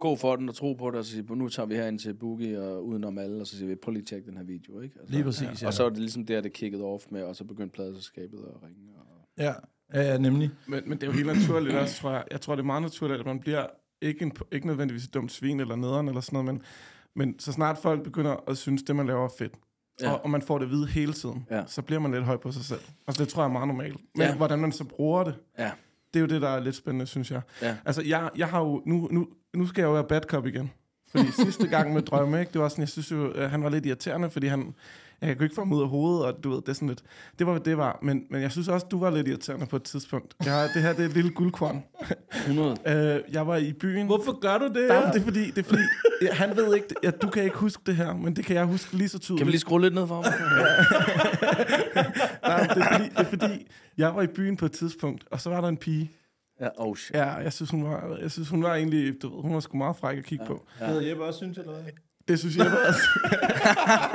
G: gå for den og tro på det, og så sige, nu tager vi herind til Boogie og udenom alle, og så siger vi, prøv lige at tjekke den her video, ikke? Altså,
D: Lige præcis, ja.
G: Og så er det ligesom der, det kickede off med, og så begyndte pladeselskabet at ringe. Og...
D: Ja, ja, ja nemlig.
E: Men, men det er jo helt naturligt også, tror jeg. Jeg tror, det er meget naturligt, at man bliver ikke, en, ikke nødvendigvis et dumt svin eller nederen eller sådan noget, men, men så snart folk begynder at synes, det man laver er fedt, ja.
G: Ja.
E: og, og man får det at vide hele tiden, ja.
G: Ja.
E: så bliver man lidt høj på sig selv. Altså, det tror jeg er meget normalt. Men ja.
G: Ja.
E: hvordan man så bruger det,
G: Ja,
E: det er jo det, der er lidt spændende, synes jeg.
G: Ja.
E: Altså, jeg, jeg har jo... Nu, nu, nu skal jeg jo være bad cop igen. Fordi sidste gang med Drømme, ikke, det var sådan, jeg synes jo, øh, han var lidt irriterende, fordi han... Jeg kunne ikke få ham ud af hovedet, og du ved, det er sådan lidt... Det var, hvad det var. Men, men jeg synes også, du var lidt irriterende på et tidspunkt. Jeg, har- det her, det er et lille guldkorn.
G: 100.
E: Øh, jeg var i byen...
D: Hvorfor gør du det?
E: Nej, men det er fordi, det er fordi ja, han ved ikke... Ja, du kan ikke huske det her, men det kan jeg huske lige så tydeligt.
G: Kan vi lige skrue lidt ned for mig?
E: Nej, men det, er fordi, det er fordi, jeg var i byen på et tidspunkt, og så var der en pige,
G: ja, oh shit.
E: Ja, jeg synes, hun var, jeg synes, hun var egentlig, du ved, hun var sgu meget fræk at kigge ja. på.
D: havde Jeppe også synes, eller hvad?
E: Det synes jeg også.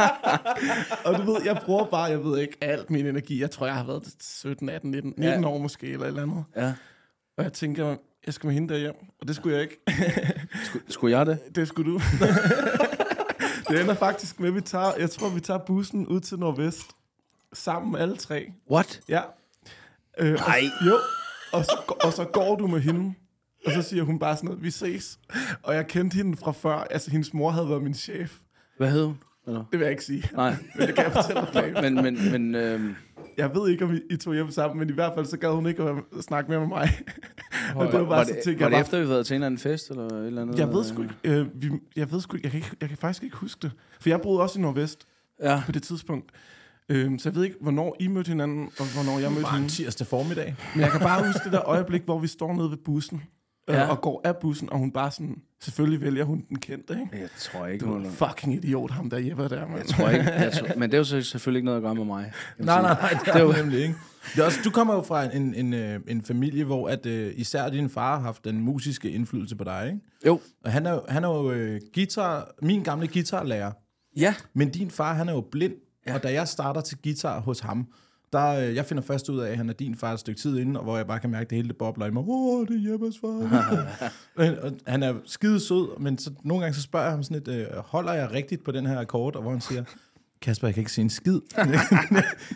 E: *laughs* og du ved, jeg bruger bare, jeg ved ikke, alt min energi. Jeg tror, jeg har været 17, 18, 19, 19 ja. år måske, eller et eller andet.
G: Ja.
E: Og jeg tænker, jeg skal med hende derhjem, og det skulle jeg ikke.
G: Skulle jeg det?
E: det skulle du. det ender faktisk med, at vi tager, jeg tror, vi tager bussen ud til Nordvest. Sammen alle tre.
G: What?
E: Ja. Øh, Nej. Og, jo. Og så, og så går du med hende. Og så siger hun bare sådan noget, vi ses. Og jeg kendte hende fra før. Altså, hendes mor havde været min chef.
G: Hvad hed hun? Eller?
E: Det vil jeg ikke sige.
G: Nej,
E: Men det kan jeg fortælle dig bag.
G: men, men, men øhm,
E: Jeg ved ikke, om I, I tog hjem sammen, men i hvert fald så gad hun ikke at være- snakke mere med mig. og det var bare
G: var,
E: så
G: det,
E: ting,
G: var
E: jeg
G: det
E: bare...
G: efter, vi havde til en eller anden fest, eller et eller andet?
E: Jeg ved sgu ikke, øh, vi, jeg ved sgu ikke, jeg kan, ikke, jeg kan faktisk ikke huske det. For jeg boede også i Nordvest
G: Ja,
E: på det tidspunkt. Øhm, så jeg ved ikke, hvornår I mødte hinanden, og hvornår jeg mødte
D: Bare en
E: hende.
D: tirsdag formiddag.
E: Men jeg kan bare huske det der øjeblik, hvor vi står nede ved bussen, øh, ja.
G: Ja.
E: og går af bussen, og hun bare sådan, selvfølgelig vælger hun den kendte, ikke?
G: jeg tror ikke,
E: Du er en fucking idiot, ham der Jeppe der, mand.
G: tror ikke, jeg tror, men det er jo så selvfølgelig ikke noget at gøre med mig. kan man
D: Nej,
G: sige.
D: nej, nej, det er jo nemlig ikke. Det er også, du kommer jo fra en, en, øh, en familie, hvor at, øh, især din far har haft den musiske indflydelse på dig, ikke?
G: Jo.
D: Og han er, jo- han er jo øh, guitar, min gamle guitarlærer,
G: Ja.
D: men din far, han er jo blind, ja. og da jeg starter til guitar hos ham, der, øh, jeg finder først ud af, at han er din far et stykke tid inden, og hvor jeg bare kan mærke, at det hele det bobler i mig. Åh, oh, det er Jeppes *laughs* far. Men, og han er skide sød, men så, nogle gange så spørger jeg ham sådan lidt, øh, holder jeg rigtigt på den her akkord? Og hvor han siger, Kasper, jeg kan ikke se en skid. *laughs* jeg,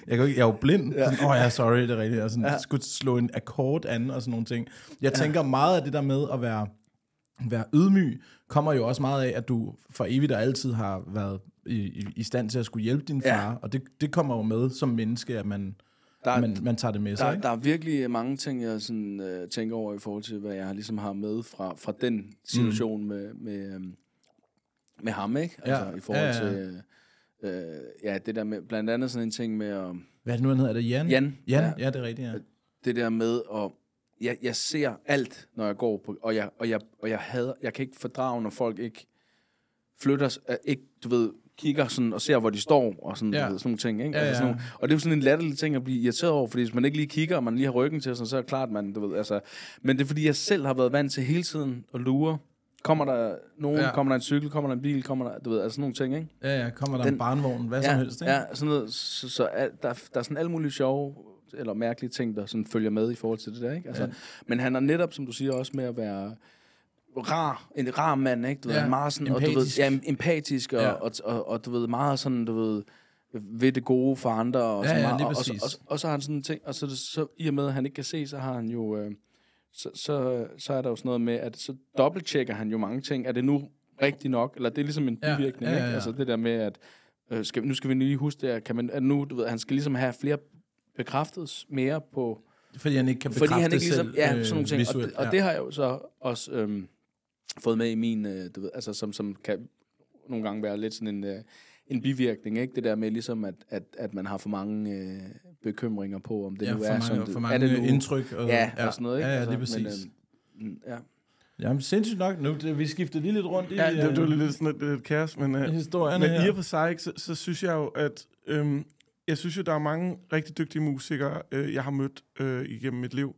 D: kan jo ikke, jeg er jo blind. Åh ja. Oh, ja, sorry, det er rigtigt. Jeg sådan, ja. skulle slå en akkord an og sådan nogle ting. Jeg tænker meget af det der med at være være ydmyg kommer jo også meget af, at du for evigt og altid har været i, i, i stand til at skulle hjælpe din far,
G: Ja.
D: ja. og det, det kommer jo med som menneske, at man,
G: Der-
D: der, man, man tager det med sig.
G: Der,
D: ikke?
G: der er virkelig mange ting, jeg sådan, øh, tænker over i forhold til, hvad jeg ligesom har med fra, fra den situation mm. med, med, øhm, med ham, ikke? Altså
D: Ja,
G: i forhold
D: ja, ja.
G: til... Øh, ja, det der med, blandt andet sådan en ting med at,
D: Hvad er det nu, han hedder? Er det Jan?
G: Jan,
D: Jan,
G: ja. Øh,
D: ja, ja det er rigtigt, ja.
G: det der med at, jeg, jeg ser alt, når jeg går på, og jeg, og jeg, og jeg hader, jeg kan ikke fordrage, når folk ikke flytter, s- øh, ikke, du ved, kigger sådan og ser, hvor de står, og sådan, ja.
D: Ja.
G: du ved, sådan nogle ting,
D: Ja,
G: ikke? Altså,
D: ja.
G: sådan nogle, og det er jo sådan en latterlig ting at blive irriteret over, fordi hvis man ikke lige kigger, og man lige har ryggen til, sådan, så er det klart, man, du ved, altså, men det er fordi, jeg selv har været vant til hele tiden at lure, kommer der nogen, ja.
D: Ja.
G: kommer der en cykel, kommer der en bil, kommer der, du ved, altså sådan nogle ting, ikke?
D: Ja, ja, kommer der
G: Den-
D: en barnvogn, hvad som helst, ikke?
G: ja, sådan noget, så, så al, der, er- der er sådan alle mulige sjove eller mærkelige ting, der sådan følger med i forhold til det der, ikke? Altså, ja. Men han er netop, som du siger, også med at være rar, en rar mand, ikke? Du ved,
D: Ja,
G: han er meget sådan, og du ved,
D: empatisk.
G: ja, empatisk, og, ja.
D: Ja.
G: og, og, og, du ved, meget sådan, du ved, ved det gode for andre, og,
D: Ja,
G: sådan
D: ja,
G: meget,
D: lige
G: og, og, så-
D: præcis.
G: og, så- og, så har han sådan en ting, og så, så i og med, at han ikke kan se, så har han jo, øh, så, så, så er der jo sådan noget med, at så dobbelttjekker han jo mange ting, er det nu rigtigt nok, eller det er ligesom en
D: Ja,
G: bivirkning,
D: ja, ja,
G: ikke?
D: ja.
G: Altså det der med, at øh, skal, nu skal vi lige huske det, her, kan man, at nu, du ved, han skal ligesom have flere bekræftet mere på,
D: Fordi han ikke kan bekræfte
G: fordi han ikke ligesom,
D: selv
G: ja,
D: øh,
G: sådan nogle ting, og,
D: visuelt.
G: det, og det har jeg jo så også øhm, fået med i min, øh, du ved, altså som, som kan nogle gange være lidt sådan en, øh, en bivirkning, ikke? Det der med ligesom, at, at, at man har for mange øh, bekymringer på, om det
D: ja,
G: nu
D: for,
G: er,
D: mange,
G: som det,
D: for
G: er
D: mange
G: det nu,
D: indtryk. Og,
G: ja, og sådan noget, ikke?
D: Ja, ja,
G: Altså,
D: lige præcis.
G: Men, øhm, ja.
D: Jamen, sindssygt nok. Nu, det, vi skifter lige lidt rundt i
E: Ja, det, det var
D: øh,
E: lidt sådan lidt, lidt kaos, men, øh,
D: historierne
E: men
D: her.
E: i og for sig, ikke, så, så synes jeg jo, at øhm, jeg synes jo, der er mange rigtig dygtige musikere, øh, jeg har mødt øh, igennem mit liv,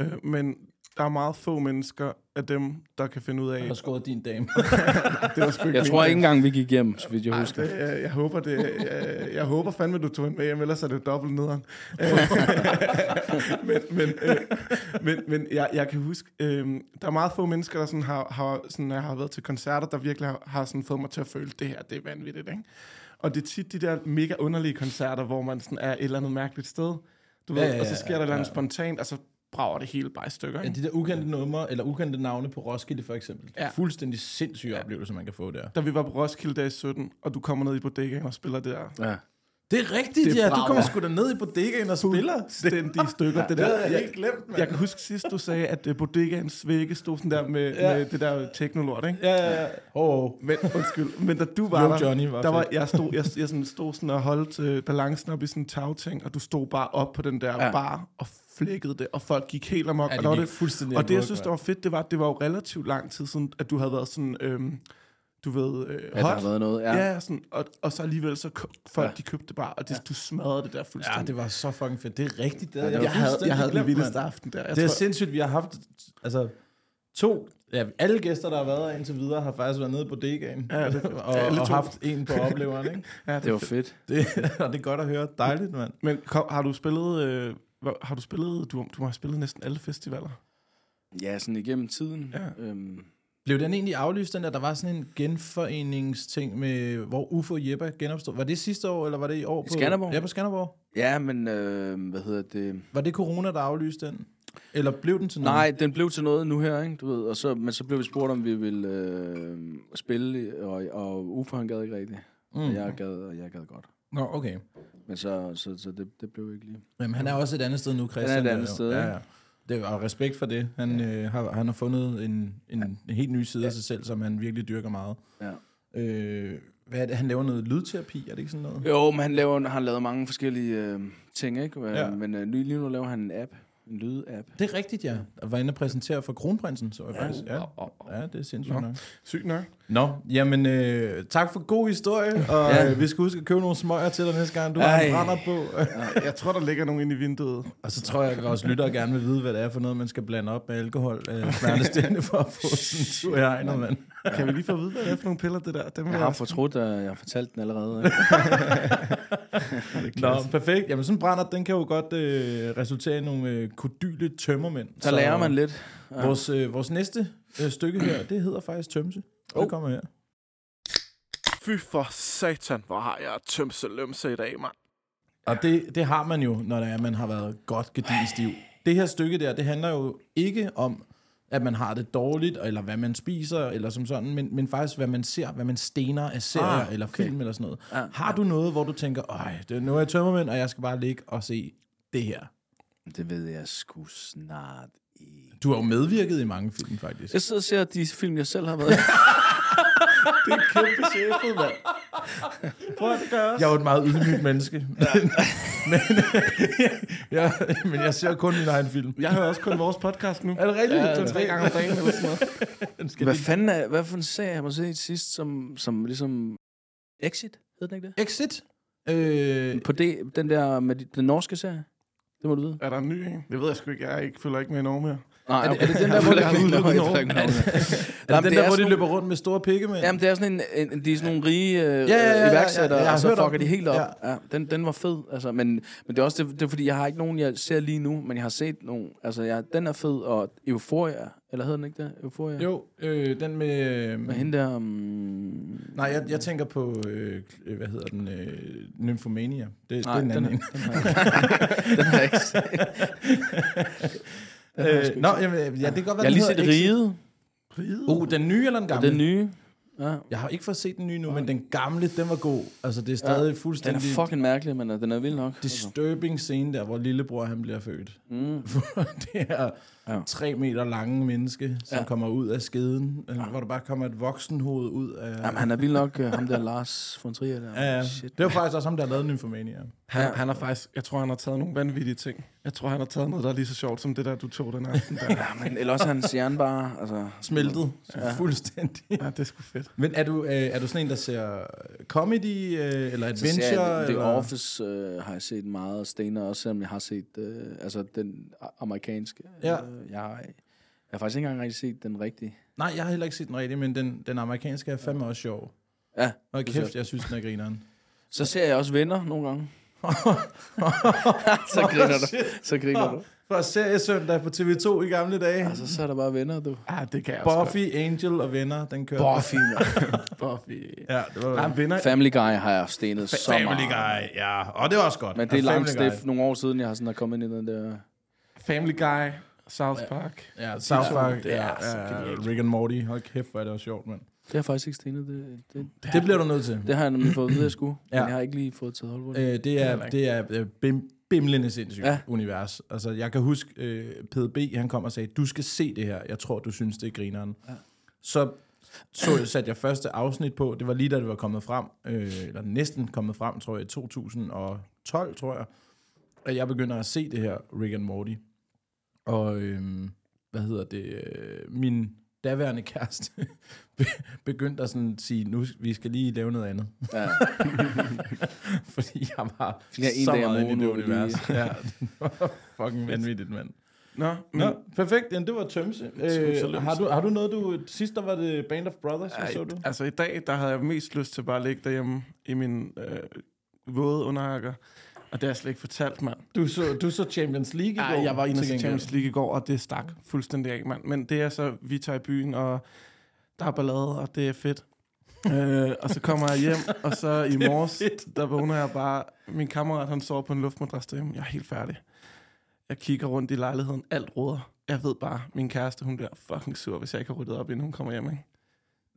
E: øh, men der er meget få mennesker af dem, der kan finde ud af...
D: har skåret din dame.
G: *laughs*
E: Det var sgu ikke
G: Jeg
E: min
G: tror
E: plan.
G: ikke engang, vi gik hjem, så vidt jeg husker.
E: Det, øh, jeg håber, det, øh, jeg håber fandme, du tog en med hjem, ellers er det jo dobbelt nederen. Øh, men men, øh, men, men jeg, jeg kan huske, øh, der er meget få mennesker, der sådan har, har, sådan, når jeg har været til koncerter, der virkelig har, har sådan fået mig til at føle, det her, det er vanvittigt. Ikke? Og det er tit de der mega underlige koncerter, hvor man sådan er et eller andet mærkeligt sted, du ved,
D: Ja, ja,
E: og så
D: ja,
E: sker der et eller andet spontant, og så brager det hele bare i stykker.
D: Ja, *laughs*
E: Ikke?
D: de der ukendte numre, eller ukendte navne på Roskilde for eksempel. Ja. Fuldstændig sindssyge ja. oplevelser, man kan få der.
E: Da vi var på Roskilde dag i 17, og du kommer ned i bodegaen og spiller det der
D: Det er rigtigt, det
E: ja.
D: er ja.
E: Du
D: Du
E: kommer
D: kommer sgu da ned i bodegaen og spiller.
E: fuldstændig i stykker. Det, der, jeg,
D: glemt,
E: Jeg kan huske sidst, du sagde, at øh, bodegaens vægge stod sådan der med, ja. med det der teknolort, ikke?
D: Ja, ja, ja. Oh, oh.
E: Men, undskyld, men da du var
D: Jo,
E: der,
D: Johnny var
E: der var,
D: fedt.
E: jeg, stod, jeg, jeg sådan, stod sådan og holdt øh, balancen op i sådan en tagting, og du stod bare op på den der
G: Ja.
E: ja. bar og flækkede det, og folk gik helt amok.
D: Ja, de
E: og, der var
D: gik
E: det,
D: fuldstændig
E: og det, jeg
D: amok,
E: synes,
D: mand.
E: der var fedt, det var, at det var jo relativt lang tid siden, at du havde været sådan, øhm, du ved, øh,
G: Ja, der har været noget, ja.
E: ja sådan, og, og så alligevel, så ko- folk, ja. de købte bare, og det, ja. du smadrede det der fuldstændig.
D: Ja, det var så fucking fedt. Det er rigtigt. Det ja,
E: jeg, havde, jeg havde den
D: vildeste
E: vildeste aften der. Jeg
D: Det er
E: tror-
D: sindssygt, vi har haft altså, to... Ja, alle gæster, der har været her indtil videre, har faktisk været nede på bodegaen ja, det, *laughs* og,
E: alle
D: og
E: to.
D: haft en på opleveren, ikke? *laughs*
G: Det var fedt.
D: Det, og det er godt at høre. Dejligt, mand.
E: Men kom, har du spillet... Øh, hvor- har du spillet... Du, du har spillet næsten alle festivaler.
G: Ja, sådan igennem tiden.
E: Ja.
G: Øhm,
D: Blev den egentlig aflyst, den der? Der var sådan en genforeningsting med, hvor UFO Jeppe genopstod. Var det sidste år, eller var det i år? På,
G: Skanderborg?
D: Ja, på Skanderborg.
G: ja, men øh, hvad hedder det?
D: Var det corona, der aflyste den? Eller blev den til noget?
G: Nej, den blev til noget nu her, ikke? Du ved, og så, men så blev vi spurgt, om vi ville øh, spille, og, og Uffe han gad ikke rigtigt. Mm. Og jeg gad, og jeg gad godt.
D: Nå, okay.
G: Men så, så, så det, det blev ikke lige.
D: Jamen, han er også et andet sted nu, Christian.
G: Han er et
D: jo.
G: andet sted,
D: Ja,
G: ikke?
D: ja. Det, og respekt for det. Han, ja. øh, har, han har fundet en, en, en helt ny side af sig selv, som han virkelig dyrker meget.
G: Ja.
D: Øh, hvad er det? Han laver noget lydterapi, er det ikke sådan noget?
G: Jo, men han laver, har lavet mange forskellige øh, ting, ikke? Ja.
D: Ja.
G: Men øh, lige, lige nu laver han en app, en lydapp.
D: Det er rigtigt, ja. Jeg var inde og præsentere for Kronprinsen, så jeg ja. faktisk. Ja. ja, det er sindssygt nok.
E: Sygt nok.
D: Nå, jamen øh, tak for god historie, og
G: Ja.
D: ja. øh, vi skal huske at købe nogle smøger til dig næste gang, du har en
G: Ej.
D: brænder på.
E: Jeg tror, der ligger nogen inde i vinduet.
D: og så tror jeg at også, lyttere gerne vil vide, hvad det er for noget, man skal blande op med alkohol,
G: *laughs*
D: øh, smertestillende for at få sådan en tur i egnet, mand.
E: Kan vi lige få at vide, hvad det er for nogle piller, det der? Dem vil
G: Jeg har fortrudt, at jeg har fortalt den allerede. *laughs* Ikke?
D: Nå, perfekt. Jamen sådan en brænder, den kan jo godt øh, resultere i nogle øh, kodyle tømmermænd.
G: Så lærer man lidt.
D: Vores, øh, vores næste øh, stykke her, det hedder faktisk tømse. Oh. Det kommer her.
E: Fy for satan, hvor har jeg tømse lømse i dag, mand.
D: Og det, det har man jo, når det er, man har været godt gedinstiv. Det her stykke der, det handler jo ikke om, at man har det dårligt, eller hvad man spiser, eller som sådan, men, men faktisk, hvad man ser, hvad man stener af serier, ah, okay. eller film, eller sådan noget. Ah, har du noget, hvor du tænker, øj, det er nu er jeg tømmermænd, og jeg skal bare ligge og se det her?
G: Det ved jeg sgu snart ikke.
D: Du har jo medvirket i mange film, faktisk.
G: Jeg sidder og ser de film, jeg selv har været
D: *laughs*
G: i.
E: Kæmpe chefet, mand. Prøv at det gøre også.
D: Jeg er jo et meget ydmygt menneske. Men, *laughs* men, *laughs* ja, men jeg ser kun min egen film.
E: Jeg hører også kun vores podcast nu.
D: Er det rigtigt?
E: Ja, tre gange om dagen eller sådan noget.
G: Hvad fanden er, hvad for en serie har man set sidst, som, som ligesom... Exit, hed den ikke det?
D: Exit? Øh,
G: På det, den der med de, den norske serie? Det må du vide.
E: Er der en ny en? Det ved jeg sgu ikke. Jeg er ikke, følger ikke med i Norge mere.
G: Nej,
D: er det *laughs* den der, hvor de-
G: Jamen,
D: er det
G: det
D: den der, hvor
G: er
D: de
G: sådan-
D: løber rundt med store pikke med?
G: Jamen, det er sådan en, en- en de er sådan nogle rige øh,
D: ja,
G: ja,
D: ja, ja,
G: ja,
D: ja,
G: iværksættere,
D: ja, jeg har
G: og så
D: hørt om
G: fucker de
D: den.
G: helt op.
D: Ja.
G: Ja. den, den var fed, altså, men, men det er også det, det er, fordi, jeg har ikke nogen, jeg ser lige nu, men jeg har set nogen. Altså, jeg, den er fed, og Euphoria, eller hed den ikke det? Euphoria?
D: Jo, øh, den med...
G: Og hende der... Um,
D: Nej, jeg, jeg tænker på, øh, øh, hvad hedder den, øh, Nymphomania. Det, Nej, det
G: nej,
D: er en
G: den,
D: anden
G: *laughs* den,
D: en.
G: den har jeg ikke set.
D: Øh, nå, jamen, ja, det kan godt være,
G: Jeg har lige set
D: den
G: Riget,
D: Uh, den nye eller den gamle?
G: den nye. Ja.
D: Jeg har ikke fået set den nye nu, men den gamle, den var god. Altså, det er stadig ja,
G: Den er
D: fuldstændig
G: fucking mærkelig, men øh, den er vild nok. Altså.
D: disturbing scene der, hvor lillebror han bliver født. *laughs* Mm. det er
G: Ja.
D: tre meter lange menneske, som ja. kommer ud af skeden, ja. hvor der bare kommer et voksenhoved ud af...
G: Jamen, han er vild nok, øh, ham der Lars von Trier der.
D: ja, ja.
G: Shit.
D: Det var faktisk også ham, der lavede Nymphomania.
E: Han, ja. han har faktisk, jeg tror, han har taget nogle vanvittige ting. Jeg tror, han har taget noget, der er lige så sjovt som det der, du tog den *laughs* aften. Der. ja,
G: Men ellers er hans hjerne bare, altså...
D: Smeltet ja. *laughs* fuldstændig.
E: det er sgu fedt.
D: Men er du, øh, er du sådan en, der ser comedy øh, eller
G: Så ser
D: adventure?
G: jeg, The
D: eller?
G: Office øh, har jeg set meget, og Stener også, selvom jeg har set øh, altså den a- amerikanske.
D: Ja.
G: Øh, jeg, har, jeg har faktisk ikke engang rigtig set den rigtige.
D: Nej, jeg har heller ikke set den rigtig, men den, den amerikanske er fandme også sjov.
G: Ja,
D: Og kæft, jeg synes, den er grineren.
G: så ser jeg også venner nogle gange. *laughs* så griner du. Så griner du.
D: Fra seriesøndag på TV2 i gamle dage.
G: Altså, så er der bare venner, du.
E: Ah, det kan jeg også godt.
D: Buffy, Angel og Venner, den kører.
G: Buffy, man.
E: Buffy.
D: Ja, det var
E: Han vinder.
G: *laughs* Family Guy har jeg stenet så meget.
D: Family Guy, ja. Og det var også godt.
G: Men det er
D: Og
G: langt
D: Family Guy.
G: stift nogle år siden, jeg har sådan er kommet ind i den der...
E: Family Guy. South Park.
D: Ja, South Park, ja, ja,
E: så
D: ja, Rick and Morty. Hold kæft, hvor er det også sjovt, mand.
G: Det har jeg faktisk ikke stenet. Det, det, det,
D: Det bliver du nødt til.
G: det har jeg nemlig fået at vide, jeg skulle. Ja.
D: Ja.
G: Men jeg har ikke lige fået taget hold på det.
D: Øh, det er, det er øh, bim, bimlende sindssygt ja.
G: Ja.
D: univers. Altså, jeg kan huske, øh, PDB, han kom og sagde, du skal se det her. Jeg tror, du synes, det er grineren. Ja. Så, så satte jeg første afsnit på. Det var lige da det var kommet frem, øh, eller næsten kommet frem, tror jeg, i 2012, tror jeg, at jeg begynder at se det her Rick and Morty. Og, øh, hvad hedder det, øh, min daværende kæreste *laughs* be- begyndte at sådan sige, nu vi skal lige lave noget andet.
G: Ja.
D: *laughs* Fordi jeg var
G: Det er en
D: så
G: dag om
D: meget inde i det
G: ugen, hvor vi
D: univers. Ja, det var fucking vanvittigt, mand.
E: Nå, men
D: Nå, perfekt. Jamen, det var Tømse. Øh, har, du, har du noget, du... Sidst der var det Band of Brothers, hvad så
E: Ej,
D: du?
E: altså i dag, der havde jeg mest lyst til bare at ligge derhjemme i min øh, våde underhakker. Og det har jeg slet ikke fortalt, mand.
D: Du så, du så Champions League i går.
E: Ej, jeg var inde og
D: til
E: se
D: gengæld.
E: Champions League i går, og det stak fuldstændig af, mand. Men det er så, vi tager i byen, og der er ballade, og det er
D: *laughs*
E: fedt. øh, og så kommer jeg hjem, og så i morges, der vågner jeg bare. Min kammerat, han sover på en luftmadras derhjemme. Jeg er helt færdig. Jeg kigger rundt i lejligheden. Alt råder. Jeg ved bare, min kæreste, hun bliver fucking sur, hvis jeg ikke har ryddet op, inden hun kommer hjem, ikke?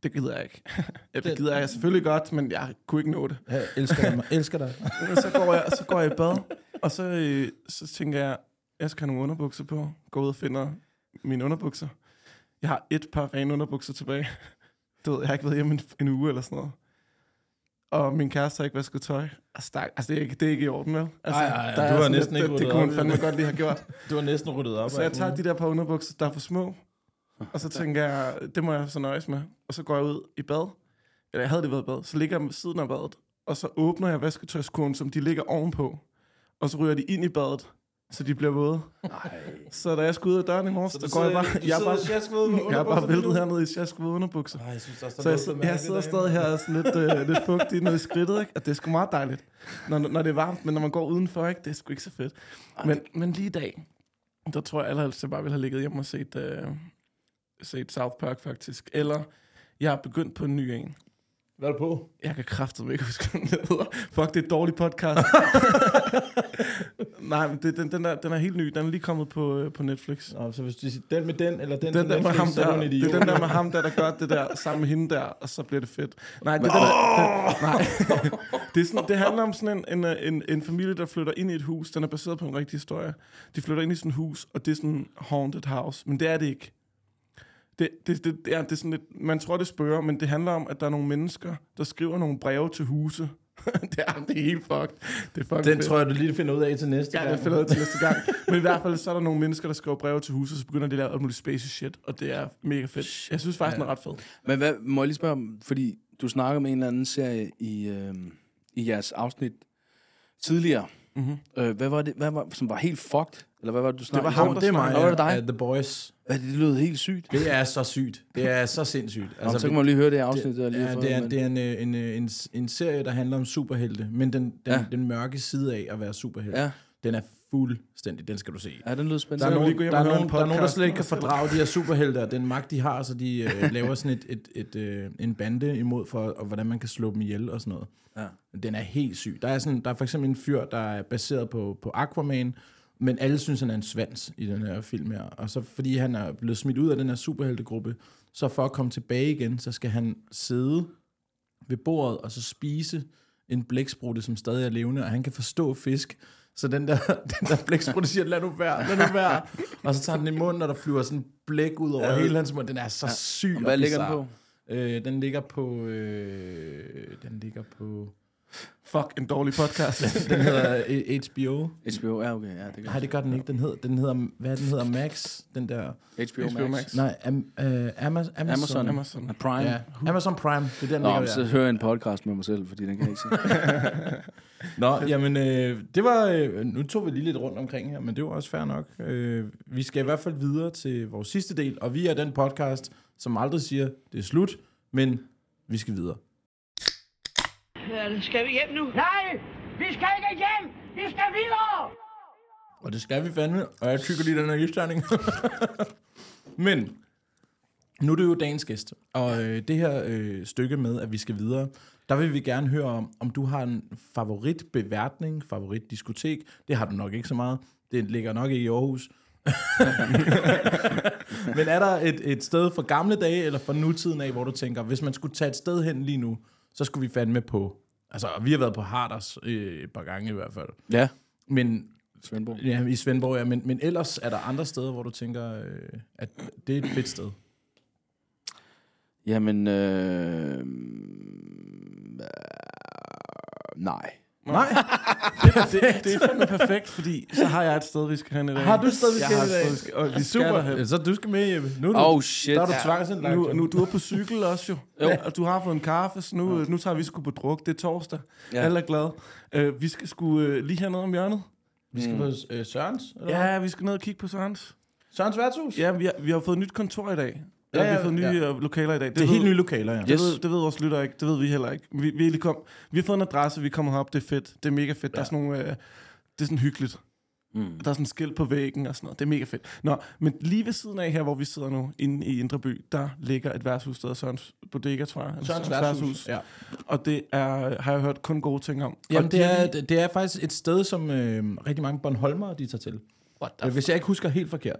E: Det gider jeg ikke. *laughs* Ja, det gider jeg selvfølgelig godt, men jeg kunne ikke nå det.
D: Jeg elsker dig. Jeg elsker dig.
E: Men så går jeg, så går jeg i bad, og så, øh, så tænker jeg, jeg skal have nogle underbukser på. Går ud og finder mine underbukser. Jeg har et par rene underbukser tilbage. Du ved, jeg har ikke været hjemme en, en uge eller sådan noget. Og min kæreste har ikke vasket tøj. Og stak, altså, det er ikke, det er ikke i orden, vel? Altså,
D: Ej, ej, ej,
E: der
D: du
E: er
D: har
E: sådan
D: næsten
E: lidt,
D: ikke
E: det, det
D: ryddet
E: kunne hun
D: op.
E: fandme godt lige have gjort.
D: Du har næsten ryddet op.
E: Så jeg tager de der par underbukser, der er for små, og så tænker jeg, det må jeg så nøjes med. Og så går jeg ud i bad, eller jeg havde det været i bad, så ligger jeg ved siden af badet, og så åbner jeg vasketøjskurven, som de ligger ovenpå, og så ryger de ind i badet, så de bliver våde. Så da jeg skulle ud af døren i morges, der går jeg bare... øh, Jeg er bare, jeg er bare væltet hernede i sjaskede underbukser.
D: Ej, jeg synes også,
E: Så jeg, sid- jeg sidder stadig her og er sådan lidt, øh, lidt fugtig nede i skridtet, ikke? Og det er sgu meget dejligt, når, når det er varmt, men når man går udenfor, ikke? Det er sgu ikke så fedt. Men, men lige i dag, der tror jeg allerhelst, jeg bare ville have ligget hjemme og set, øh, set South Park faktisk. Eller jeg er begyndt på en ny en.
H: Hvad er du på?
E: Jeg kan kraftedeme ikke huske, hvad den hedder. Fuck, det er et dårligt
D: *laughs*
E: podcast. Nej, men det, den, den, er, den er helt ny. Den er lige kommet på, øh, på Netflix.
D: Nå, så hvis du siger, den med den, eller den,
E: Den der med ham der,
D: i
E: det er den der med ham der, der gør det der sammen med hende der, og så bliver det fedt. Nej, det, er den der, den, nej. det, er sådan, det handler om sådan en, en, øh, en, en familie, der flytter ind i et hus. Den er baseret på en rigtig historie. De flytter ind i sådan et hus, og det er sådan en haunted house, men det er det ikke. Det, det, det, det, er, det er sådan lidt, man tror, det spørger, men det handler om, at der er nogle mennesker, der skriver nogle breve til huse. *laughs* det, er, det er helt fucked. Det er fucking
D: Den
E: fedt.
D: tror jeg, du lige finder ud af til næste
E: Ja,
D: gang.
E: det finder jeg ud til næste gang. Men i hvert fald, så er der nogle mennesker, der skriver breve til huset, så begynder de at lave alt muligt space shit, og det er mega fedt. Jeg synes faktisk, ja. den er ret fed.
G: Men hvad, må jeg lige spørge om, fordi du snakker om en eller anden serie i, øh, i jeres afsnit tidligere. Mm-hmm. Øh, hvad var det, hvad var, som var helt fucked? Eller hvad var det, du snakkede
E: var
G: om?
E: ham,
D: Mhm.
E: der
D: det er mig.
G: Nå, var det dig?
D: Uh, the Boys.
G: Hvad, det lød helt sygt.
D: Det er så sygt. Det er så sindssygt.
G: Altså, så kan man jo lige høre det afsnit, der lige
D: ja, det er, det er en, øh, en, øh, en, s- en serie, der handler om superhelte, men den, den, ja.
G: Ja.
D: den mørke side af at være superhelte,
G: Ja.
D: den er fuldstændig, den skal du se.
G: Ja, den lød
D: Der
G: spændende.
D: er,
E: vi
D: nogen, der,
E: lige gå hjem
D: er
E: og høre
D: nogen,
E: en
D: der er nogen, der
E: podcast.
D: slet ikke kan fordrage de her superhelte og den magt, de har, så de øh, *laughs* laver sådan et, et, et, øh, en bande imod for, og hvordan man kan slå dem ihjel og sådan noget. Ja. Den er helt syg. Der er, sådan, der er for eksempel en fyr, der er baseret på, på Aquaman, men alle synes, han er en svans i den her film her. Og så fordi han er blevet smidt ud af den her superheltegruppe, så for at komme tilbage igen, så skal han sidde ved bordet og så spise en blæksprutte, som stadig er levende, og han kan forstå fisk. Så den der, *laughs* den der blæksprutte siger, lad nu være, lad nu være. Og så tager den i munden, og der flyver sådan blæk ud over hele hans mund. Den er så syg
G: Og hvad
D: og
G: ligger den
D: bizarre.
G: på?
D: Øh, den ligger på... Øh, den ligger på...
E: Fuck, en dårlig
D: *laughs*
E: *laughs* podcast.
D: Den hedder øh, HBO.
G: HBO, ja, okay. Ja, det gør
D: Nej, det gør den ikke. Den hedder, den hedder, hvad den hedder, Max? Den der...
G: det. HBO,
E: HBO
G: Max.
E: Max.
D: Nej, am, øh, Amazon.
G: Amazon.
E: Amazon.
G: Og Prime.
D: Ja, Amazon Prime. Det er den,
G: Nå,
D: ligger
G: men
D: der.
G: så hører jeg en podcast med mig selv, fordi den kan jeg ikke se.
D: Nå, jamen, øh, det var, øh, nu tog vi lige lidt rundt omkring her, men det var også fair nok. Øh, vi skal i hvert fald videre til vores sidste del, og vi er den podcast, som aldrig siger, det er slut, men vi skal videre.
I: Skal vi hjem nu? Nej, vi skal ikke hjem! Vi skal videre!
D: Og det skal vi fandme, og jeg tykker lige den her isterning. *laughs* men, nu er det jo dagens gæst, og øh, det her øh, stykke med, at vi skal videre, der vil vi gerne høre om, om du har en favoritbeværtning, favoritdiskotek. Det har du nok ikke så meget. Det ligger nok ikke i Aarhus. *laughs* Men er der et, et sted fra gamle dage, eller fra nutiden af, hvor du tænker, hvis man skulle tage et sted hen lige nu, så skulle vi fandme på... Altså, vi har været på Harders øh, et par gange i hvert fald.
G: *laughs* ja,
D: Men
G: Svendborg.
D: ja, i Svendborg, ja. Men, men ellers er der andre steder, hvor du tænker, øh, at det er et fedt sted.
G: Jamen, øh, øh, nej.
D: Nej.
E: Det, det er fandme perfekt, fordi så har jeg et sted, vi skal hen i dag.
D: Har du et sted, vi
E: Jeg
D: skal
E: har
D: hen i
E: et
D: dag?
E: sted, vi skal- og vi skal
D: Super.
E: derhen.
D: Så du skal med, Jeppe. Nu er du,
G: Oh, shit.
D: der er du tvangsindlagt.
E: Nu, nu, du er på cykel også jo. jo. Og du har fået en kaffe, så nu, nu tager vi sgu på druk. Det er torsdag. Ja.
G: Ja.
E: Alle er glade. Uh, vi skal sgu uh, lige hernede om hjørnet.
D: Vi skal på øh, Sørens. Eller? hvad?
E: Ja, vi skal ned og kigge på Sørens.
D: Sørens værtshus.
E: Ja, vi har, vi har fået nyt kontor i dag. Ja,
D: Ja,
E: ja, vi har
D: ja,
E: fået nye ja. lokaler i dag.
D: Det er
E: ved-
D: helt nye lokaler, ja.
E: Det, ved, det ved vores lytter ikke. Det ved vi heller ikke. Vi, vi, er lige kom, vi har fået en adresse, vi kommer herop. Det er fedt. Det er mega fedt. Ja. Der er sådan nogle, øh, det er sådan hyggeligt. Mm. Der er sådan en skilt på væggen og sådan noget. Det er mega fedt. Nå, men lige ved siden af her, hvor vi sidder nu, inde i Indre By, der ligger et værtshus, der hedder Sørens Bodega, tror jeg. Eller
D: Sørens værtshus.
E: Ja.
D: Ja.
E: Og det er, har jeg hørt kun gode ting om.
D: Jamen,
E: og
D: det
E: de-
D: er, det det er faktisk et sted, som øh, rigtig mange Bornholmere, de tager til. What Hvis jeg ikke husker helt forkert.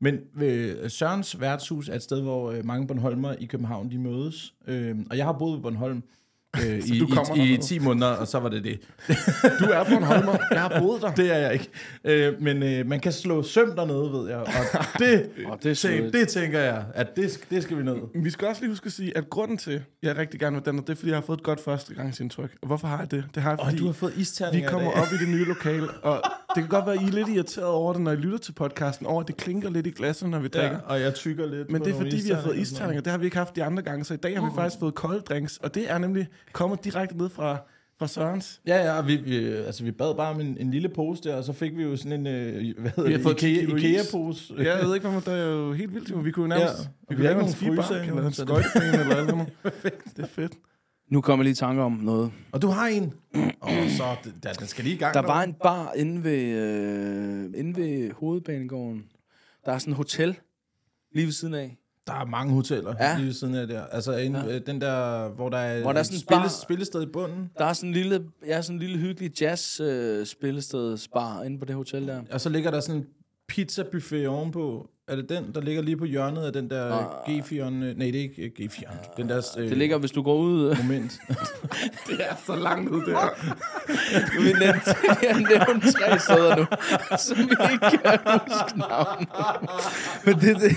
D: Men øh, Sørens værtshus er et sted, hvor øh, mange Bornholmere i København, de mødes. Øh, og jeg har boet på Bornholm
E: *laughs*
D: øh, i,
E: du kommer
D: i, i
E: herned?
D: 10 måneder, og så var det det.
E: *laughs* Du er Bornholmer. Jeg har boet der.
D: *laughs* Det er jeg ikke. Øh, men øh, man kan slå søm dernede, ved jeg. Og
E: *laughs*
D: det,
G: Åh, det er
D: det, tænker,
G: sødt.
D: det tænker jeg, at det, sk- det skal vi ned.
E: Vi skal også lige huske at sige, at grunden til, at jeg rigtig gerne vil danne, det er, fordi jeg har fået et godt førstegangsindtryk. Og hvorfor har jeg det? Det har jeg, fordi...
D: Og du har fået
E: Vi
D: isterninger i
E: kommer
D: dag.
E: op i det nye lokale, og det kan godt være, at I er lidt irriteret over det, når I lytter til podcasten, over at det klinker lidt i glasset, når vi drikker.
D: Ja,
E: Ja.
D: og jeg tykker lidt.
E: Men
D: på
E: det er
D: nogle
E: fordi, vi har
D: og sådan
E: fået
D: noget. Uh.
E: isterninger. Det har vi ikke haft de andre gange, så i dag har vi faktisk fået kolde drinks, og det er nemlig kommet direkte ned fra, fra Sørens.
D: Ja, ja, og vi, vi, altså, vi bad bare om en, en lille pose der, og så fik vi jo sådan en, øh, hvad hedder
E: har
D: det,
E: fået
D: Ikea,
E: kikiris.
D: Ikea-pose.
E: Ja, jeg ved ikke, hvorfor det er jo helt vildt, men vi kunne jo nærmest...
D: Ja. Vi
E: Ja. Vi kunne
D: har
E: lave en
D: ikke nogen fryser
E: skibark
D: endnu,
E: eller en
D: så det-
E: skøjtebane eller alt andet. Det er fedt.
G: Nu kommer jeg lige i tanke om noget.
D: *laughs* Og du har en. Og så, den- der, den skal lige i gang.
G: Der var en bar inde ved, øh, inde ved hovedbanegården. Der er sådan et hotel lige ved siden af.
D: Der er mange hoteller ja.
G: Ja.
D: lige ved siden af der. Altså en, ja. den der, hvor der er,
G: Hvor der er
D: et
G: sådan en
D: spille,
G: bar.
D: spillested i bunden,
G: Der er sådan en lille, ja, sådan en lille hyggelig jazz øh, spillested bar inde på det hotel der.
D: og så ligger der sådan en pizzabuffet ovenpå. Er det den, der ligger lige på hjørnet af den der uh, G4? Nej, det er ikke øh, G4. Den der øh,
G: Det ligger, hvis du går ud... Øh,
D: moment.
E: Så langt ud der.
G: *laughs* vi nævnte, vi har nævnt tre steder nu, som vi ikke kan huske navnet. Men det, det,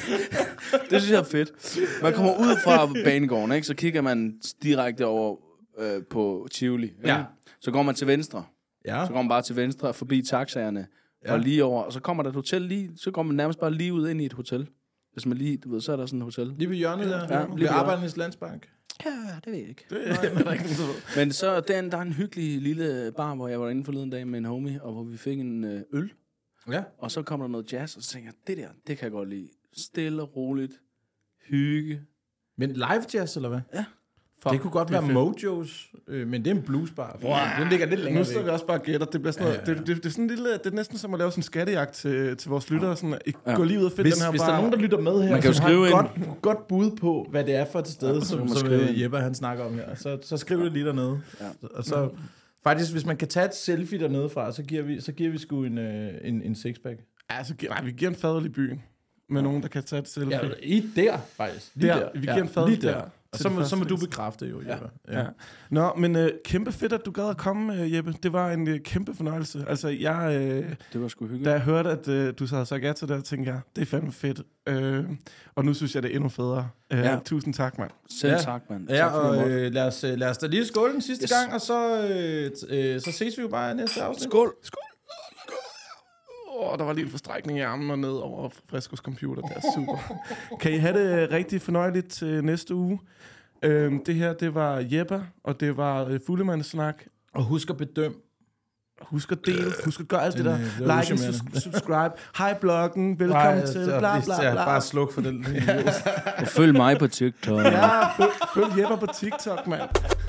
G: det synes jeg er fedt. Man kommer ud fra banegården, ikke? så kigger man direkte over øh, på Tivoli. Ikke?
D: Ja.
G: Så går man til venstre.
D: Ja.
G: Så går man bare til venstre forbi taxaerne. Ja. Og lige over, og så kommer der et hotel lige, så går man nærmest bare lige ud ind i et hotel. Hvis man lige, du ved, så er der sådan et hotel.
D: Lige på hjørnet der.
G: Ja,
D: Ja,
G: lige
D: ved
G: på
D: Arbejdernes Landsbank.
G: Ja, det ved jeg ikke. Det, Men så er den, der er en hyggelig lille bar, hvor jeg var inde forleden dag med en homie, og hvor vi fik en øh, øl.
D: Ja.
G: Og så kom der noget jazz, og så tænkte jeg, det der, det kan jeg godt lide. Stille og roligt. Hygge.
D: Men live jazz, eller hvad? Ja. Fuck, det kunne godt
E: det
D: være
E: er
D: Mojos, øh, men det er en bluesbar. Wow. Den ligger lidt
E: Nu
D: længere
E: sidder vi
D: væk.
E: også bare og gætter. Det, bliver sådan noget, det, det, det, er sådan en lille, det er næsten som at lave sådan en skattejagt til, til vores lyttere. Sådan, I ja. Gå lige ud og find
D: Hvis,
E: den her
D: hvis
E: bar.
D: der er nogen, der lytter med her,
G: Man kan jo
D: som har
G: skrive
D: et godt, godt bud på, hvad det er for et sted, som, som øh, Jeppe han snakker om her, så, så skriv det lige dernede. Ja. Og så, faktisk, hvis man kan tage et selfie dernede fra, så giver vi, så giver vi sgu en, øh, en, en sixpack.
E: Ja, så giver, nej, vi giver en fadøl i byen. Med nogen, der kan tage et selfie.
D: Ja, i der, faktisk. Lige
E: Der.
D: der.
E: Vi giver en fadøl
D: lige der.
E: der.
D: Og
E: Til
D: så
E: det
D: må, så må
E: første
D: du
E: læs.
D: bekræfte jo, Jeppe.
E: Ja. Nå, men øh, kæmpe fedt, at du gad at komme, øh, Jeppe. Det var en øh, kæmpe fornøjelse. Altså, jeg, øh,
G: Det var sgu hyggeligt.
E: da jeg hørte, at øh, du havde sagt ja til det, tænkte jeg, det er fandme fedt. Øh, og nu synes jeg, det er endnu federe. Øh, ja.
G: Ja.
E: Tusind tak, mand.
G: Selv ja. tak, mand.
D: Ja,
G: tak for det,
D: og
G: Morten.
D: øh, lad, os, øh, lad os da lige skåle den sidste yes.
G: Yes.
D: gang, og så, øh, t- øh, så ses vi jo bare i næste afsnit.
G: Skål.
E: Åh, oh, der var lige en forstrækning i armen og ned over Frescos computer. Det er super. *laughs* kan I have det øh, rigtig fornøjeligt til næste uge? Øhm, det her, det var Jeppe, og det var øh, Fuglemandssnak.
D: Og husk at bedømme.
E: Husk at dele, husk at gøre alt det
D: det
E: der.
D: var
E: Like, and
D: uschammerende.
E: sus- subscribe. Hej bloggen, velkommen til, bla bla bla.
D: Bare sluk for den.
G: Og følg mig på TikTok.
E: Ah, Ja, følg, følg Jeppe på TikTok, mand.